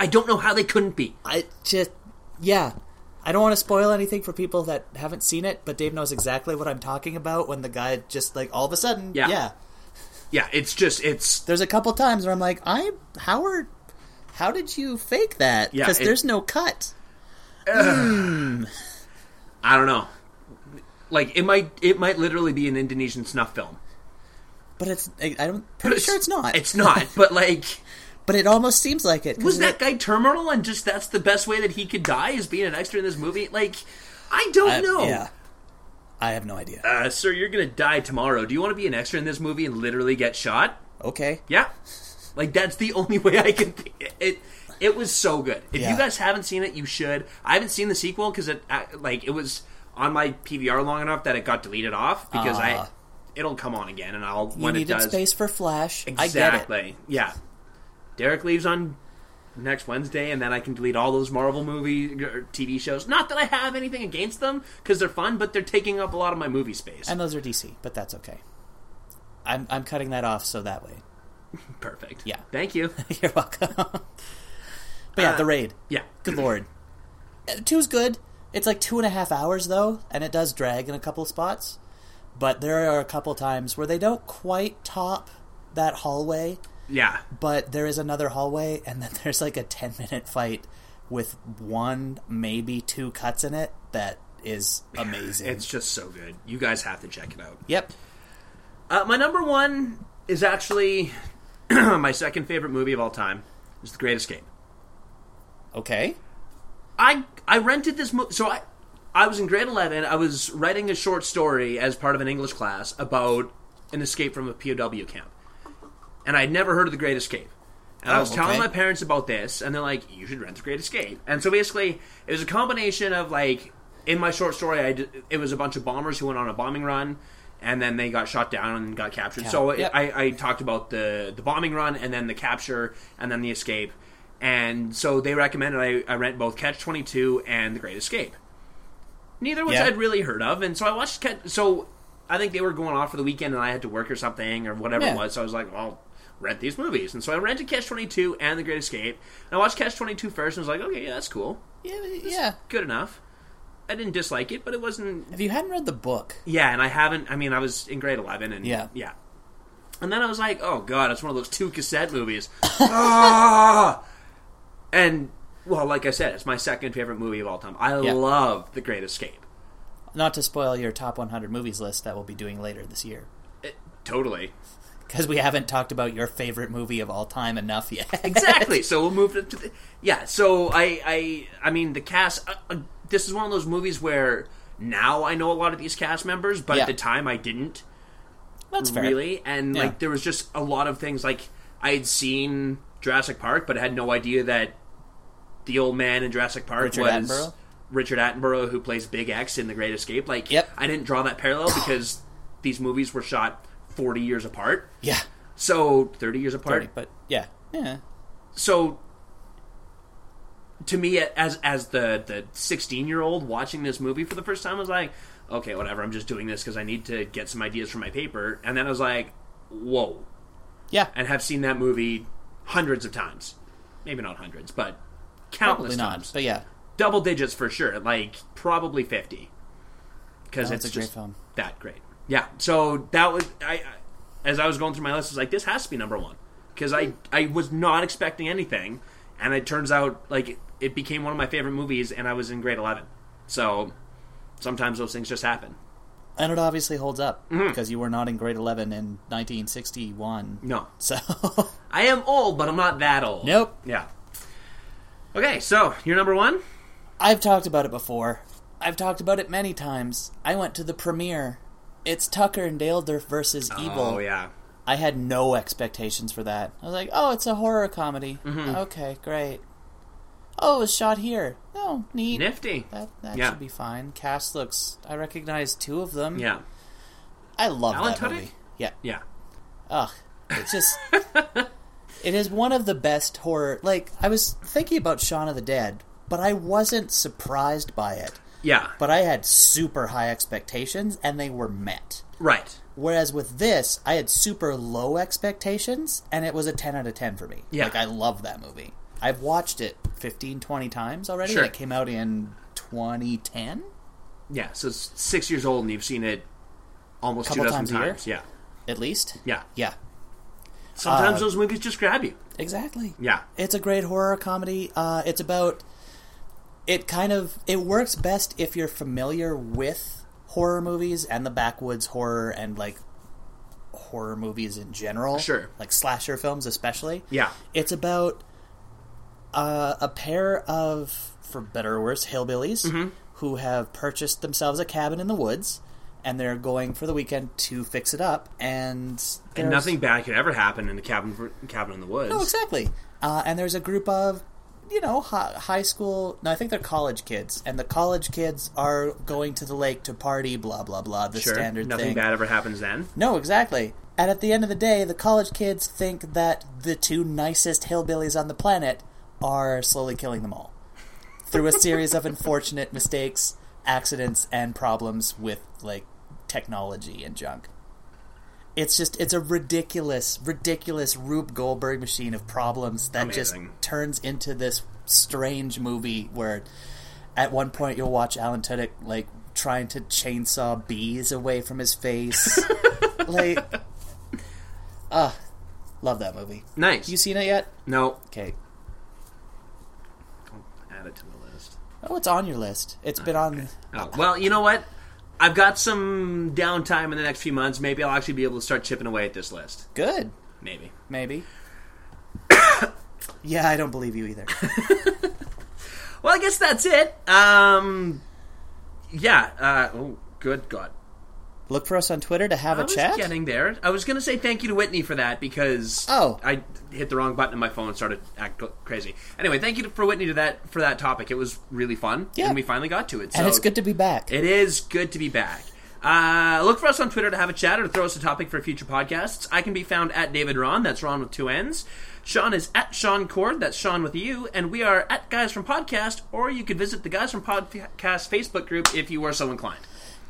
B: I don't know how they couldn't be.
A: I just yeah. I don't want to spoil anything for people that haven't seen it, but Dave knows exactly what I'm talking about when the guy just like all of a sudden
B: Yeah.
A: yeah.
B: Yeah, it's just it's
A: There's a couple times where I'm like, I Howard, how did you fake that?
B: Yeah,
A: Because
B: it-
A: there's no cut.
B: I don't know. Like it might it might literally be an Indonesian snuff film.
A: But it's I, I'm pretty sure it's not.
B: It's (laughs) not. But like,
A: (laughs) but it almost seems like it. 'cause
B: was
A: it-
B: that guy terminal? And just that's the best way that he could die is being an extra in this movie. Like, I don't
A: I-
B: know.
A: Yeah. I have no idea.
B: Uh, sir, you're gonna die tomorrow. Do you want to be an extra in this movie and literally get shot?
A: Okay.
B: Yeah, like that's the (laughs) only way I can. Think. It it was so good. If
A: Yeah.
B: you guys haven't seen it, you should. I haven't seen the sequel because it I- like it was on my PVR long enough that it got deleted off because I it'll come on again and I'll
A: You
B: when it
A: needed
B: does
A: space for Flash. I get
B: exactly
A: it.
B: yeah. Derek leaves on next Wednesday, and then I can delete all those Marvel movie or TV shows. Not that I have anything against them because they're fun, but they're taking up a lot of my movie space.
A: And those are DC, but that's okay. I'm I'm cutting that off so that way.
B: Perfect.
A: Yeah.
B: Thank
A: (laughs)
B: you.
A: You're welcome. but yeah,
B: Uh,
A: the raid.
B: yeah.
A: Good lord. Uh, Two's good. It's like two and a half hours though, and it does drag in a couple spots. But there are a couple times where they don't quite top that hallway,
B: Yeah.
A: but there is another hallway, and then (laughs) there's like a ten minute fight with one, maybe two cuts in it that is amazing.
B: It's just so good. You guys have to check it out.
A: yep.
B: Uh, my number one is actually (clears throat) my second favorite movie of all time. It's The Great Escape.
A: Okay.
B: I I rented this movie. So I I was in grade eleven. I was writing a short story as part of an English class about an escape from a POW camp, and I had never heard of the Great Escape. And I
A: Oh,
B: was telling
A: okay.
B: my parents about this, and they're like, "You should rent the Great Escape." And so basically, it was a combination of like in my short story, I d- it was a bunch of bombers who went on a bombing run. And then they got shot down and got captured. So
A: Yep.
B: I, I talked about the the bombing run and then the capture and then the escape. And so they recommended I, I rent both Catch 22 and The Great Escape. Neither which
A: Yeah.
B: I'd really heard of. And so I watched Catch. So I think they were going off for the weekend and I had to work or something or whatever
A: Yeah.
B: it was. So I was like, well, rent these movies. And so I rented Catch 22 and The Great Escape. And I watched Catch 22 first and was like, okay, yeah, that's cool.
A: Yeah, yeah.
B: Good enough. I didn't dislike it, but it wasn't
A: If you hadn't read the book,
B: yeah, and I haven't. I mean, I was in grade eleven, and
A: Yeah.
B: yeah. And then I was like, "Oh God, it's one of those two
A: (laughs)
B: cassette movies." Ah! And well, like I said, it's my second favorite movie of all time. I
A: Yeah.
B: love The Great Escape.
A: not to spoil your top 100 movies list that we'll be doing later this year
B: It,
A: (laughs)
B: totally,
A: because we haven't talked about your favorite movie of all time enough yet
B: exactly. so we'll move to the, yeah. So I, I, I mean, the cast. Uh, uh, this is one of those movies where now I know a lot of these cast members, but
A: Yeah.
B: at the time I didn't.
A: (laughs) that's fair
B: really and
A: Yeah.
B: like there was just a lot of things like i had seen jurassic park but i had no idea that the old man in jurassic park
A: Richard
B: was
A: Attenborough?
B: richard attenborough who plays big x in the great escape like
A: Yep.
B: i didn't draw that parallel because these movies were shot 40 years apart
A: yeah
B: so 30 years apart
A: but yeah yeah
B: so to me as as the the 16 year old watching this movie for the first time I was like okay whatever i'm just doing this because i need to get some ideas from my paper and then i was like whoa
A: yeah
B: and have seen that movie hundreds of times. Maybe not hundreds, but
A: probably
B: countless
A: not
B: times.
A: but yeah
B: Double digits for sure, like probably 50. Because
A: No,
B: it's
A: it's a great
B: just
A: film.
B: that great. Yeah, so that was, I, I as I was going through my list, I was like, this has to be number one. Because I, I was not expecting anything, and it turns out, like, it, it became one of my favorite movies, and I was in grade 11. So sometimes those things just happen.
A: and it obviously holds up
B: Mm-hmm.
A: because you were not in grade 11 in 1961
B: No.
A: (laughs)
B: (laughs)
A: so
B: I am old, but I'm not that old.
A: Nope.
B: Yeah. Okay, so you're number one?
A: i've talked about it before i've talked about it many times i went to the premiere it's tucker and dale versus evil
B: Oh yeah.
A: I had no expectations for that. I was like, oh, it's a horror comedy.
B: Mm-hmm.
A: Okay, great. Oh, it was shot here. Oh, neat.
B: Nifty.
A: That, that
B: Yeah.
A: should be fine. Cast looks. I recognize two of them.
B: Yeah.
A: I love
B: Alan
A: that
B: Tudyk?
A: movie. Yeah.
B: Yeah.
A: Ugh. It's
B: (laughs)
A: just. it is one of the best horror. Like, I was thinking about Shaun of the Dead, but I wasn't surprised by it.
B: Yeah.
A: But I had super high expectations, and they were met.
B: right.
A: Whereas with this, I had super low expectations, and it was a 10 out of 10 for me.
B: Yeah.
A: Like, I love that movie. I've watched it 15, 20 times already.
B: Sure.
A: It came out in 2010.
B: Yeah. So it's six years old and you've seen it almost two
A: Couple
B: dozen times.
A: times a year? Uh,
B: Yeah.
A: At least?
B: Yeah.
A: Yeah.
B: Sometimes those movies just grab you.
A: Exactly.
B: Yeah.
A: It's a great horror comedy. Uh, it's about. It kind of. It works best if you're familiar with horror movies and the backwoods horror and, like, horror movies in general.
B: Sure.
A: Like, slasher films, especially.
B: Yeah.
A: It's about uh, a pair
B: Mm-hmm.
A: of, for better or worse, hillbillies who have purchased themselves a cabin in the woods and they're going for the weekend to fix it up, and
B: And
A: there's-
B: nothing bad could ever happen in the cabin cabin in the woods.
A: No, exactly. Uh, and there's a group of, you know, hi- high school. No, I think they're college kids, and the college kids are going to the lake to party. Blah blah blah. The
B: sure,
A: standard
B: nothing
A: thing.
B: bad ever happens then.
A: No, exactly. And at the end of the day, the college kids think that the two nicest hillbillies on the planet are slowly killing them all through a series of unfortunate mistakes, accidents, and problems with like technology and junk. It's just it's a ridiculous, ridiculous Rube Goldberg machine of problems that
B: Amazing.
A: just turns into this strange movie where at one point you'll watch Alan Tudyk like trying to chainsaw bees away from his face.
B: (laughs)
A: like ah, love that movie.
B: Nice.
A: You seen it yet?
B: no,
A: Okay.
B: add it to the list.
A: Oh, it's on your list. It's been on
B: Oh, well, you know what? I've got some downtime in the next few months. Maybe I'll actually be able to start chipping away at this list.
A: good.
B: Maybe. (coughs)
A: Maybe. yeah, I don't believe you either.
B: Well, I guess that's it. Um, yeah. Uh, oh, good God.
A: Look for us on Twitter to have
B: I
A: a
B: was
A: chat.
B: getting there. I was going to say thank you to Whitney for that because
A: Oh.
B: I hit the wrong button on my phone and started act crazy. Anyway, thank you to, for Whitney to that for that topic. It was really fun,
A: Yeah.
B: and we finally got to it. So
A: and it's good to be back.
B: It is good to be back. Uh, look for us on Twitter to have a chat or to throw us a topic for future podcasts. I can be found at David Ron. That's Ron with two N's. Sean is at Sean Cord. That's Sean with you. And we are at Guys from Podcast. Or you could visit the Guys from Podcast Facebook group if you were so inclined.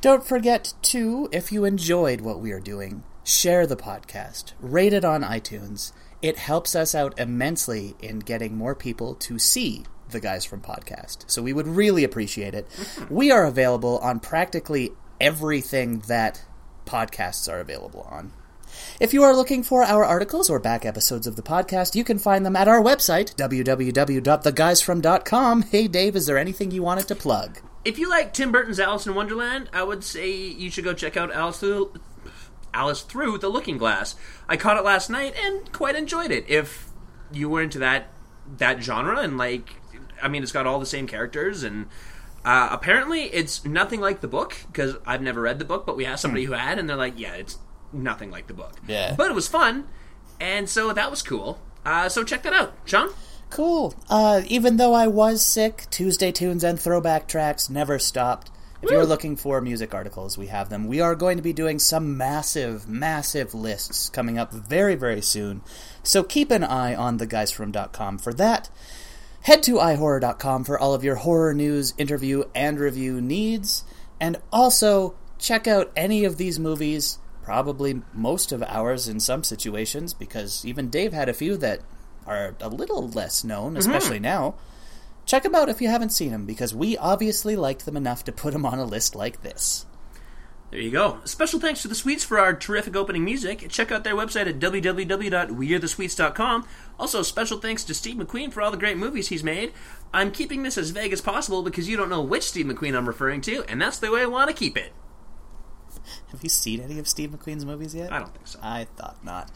A: Don't forget to, if you enjoyed what we are doing, share the podcast, rate it on iTunes. It helps us out immensely in getting more people to see the guys from podcast. So we would really appreciate it. We are available on practically everything that podcasts are available on. If you are looking for our articles or back episodes of the podcast, you can find them at our website, www.theguysfrom.com. Hey, Dave, is there anything you wanted to plug?
B: If you like Tim Burton's Alice in Wonderland, I would say you should go check out Alice through, Alice through the Looking Glass. I caught it last night and quite enjoyed it. If you were into that that genre and like, I mean, it's got all the same characters and. Uh, apparently, it's nothing like the book because I've never read the book, but we asked somebody who had, and they're like, "Yeah, it's nothing like the book."
A: Yeah.
B: but it was fun, and so that was cool. Uh, so check that out, Sean.
A: Cool. Uh, even though I was sick, Tuesday tunes and throwback tracks never stopped. If you're looking for music articles, we have them. We are going to be doing some massive, massive lists coming up very, very soon. So keep an eye on theguysfrom.com for that. Head to ihorror.com for all of your horror news, interview, and review needs. And also, check out any of these movies, probably most of ours in some situations, because even Dave had a few that are a little less known, especially now. Check them out if you haven't seen them, because we obviously liked them enough to put them on a list like this.
B: There you go. Special thanks to The Sweets for our terrific opening music. Check out their website at www.wearethesweets.com. Also, special thanks to Steve McQueen for all the great movies he's made. I'm keeping this as vague as possible because you don't know which Steve McQueen I'm referring to, and that's the way I want to keep it.
A: Have you seen any of Steve McQueen's movies yet?
B: I don't think so.
A: I thought not.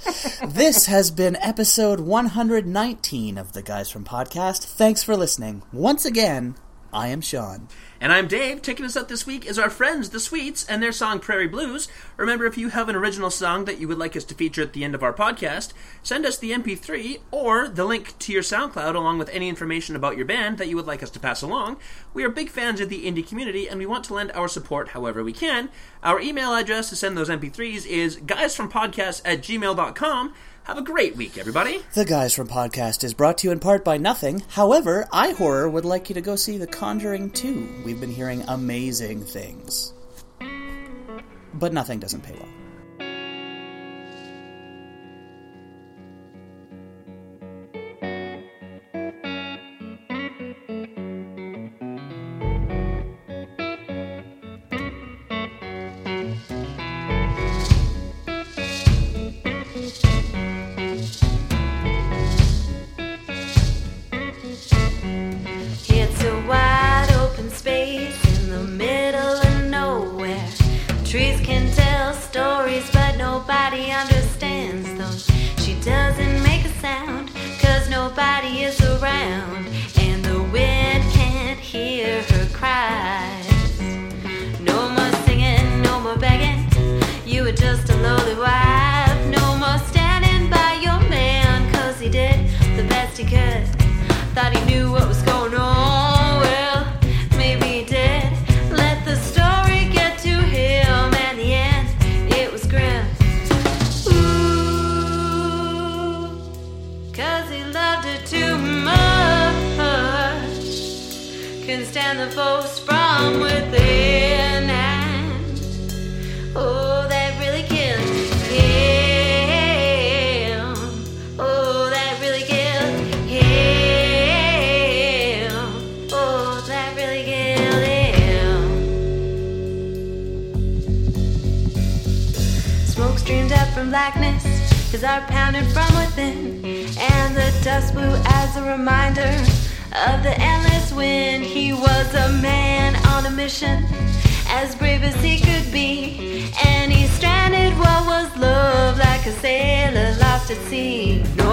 A: this has been episode 119 of the Guys from Podcast. Thanks for listening. Once again, I am Sean.
B: And I'm Dave. Taking us out this week is our friends, The Sweets, and their song Prairie Blues. Remember, if you have an original song that you would like us to feature at the end of our podcast, send us the MP3 or the link to your SoundCloud along with any information about your band that you would like us to pass along. We are big fans of the indie community and we want to lend our support however we can. Our email address to send those MP3s is guysfrompodcast at gmail.com. Have a great week, everybody.
A: The Guys from Podcast is brought to you in part by nothing. However, iHorror would like you to go see The Conjuring 2. We've been hearing amazing things. But nothing doesn't pay well.
C: It's a wide open space in the middle of nowhere. Trees can tell stories, but nobody understands them. She doesn't make a sound, cause nobody is around. And the wind can't hear her cries. No more singing, no more begging. he could. Thought he knew what was going on. Well, maybe he did. Let the story get to him, and the end, it was grim. Ooh, cause he loved her too much. Couldn't stand the folks from within. And Oh, that really killed him. Oh, that really killed him. Oh, that really killed him. Smoke streamed up from blackness, his heart pounded from within, and the dust blew as a reminder of the endless wind. He was a man on a mission, as brave as he could be, and he stranded what was love like a sailor lost at sea. No Oh, Oh, Oh, oh, Oh, Oh,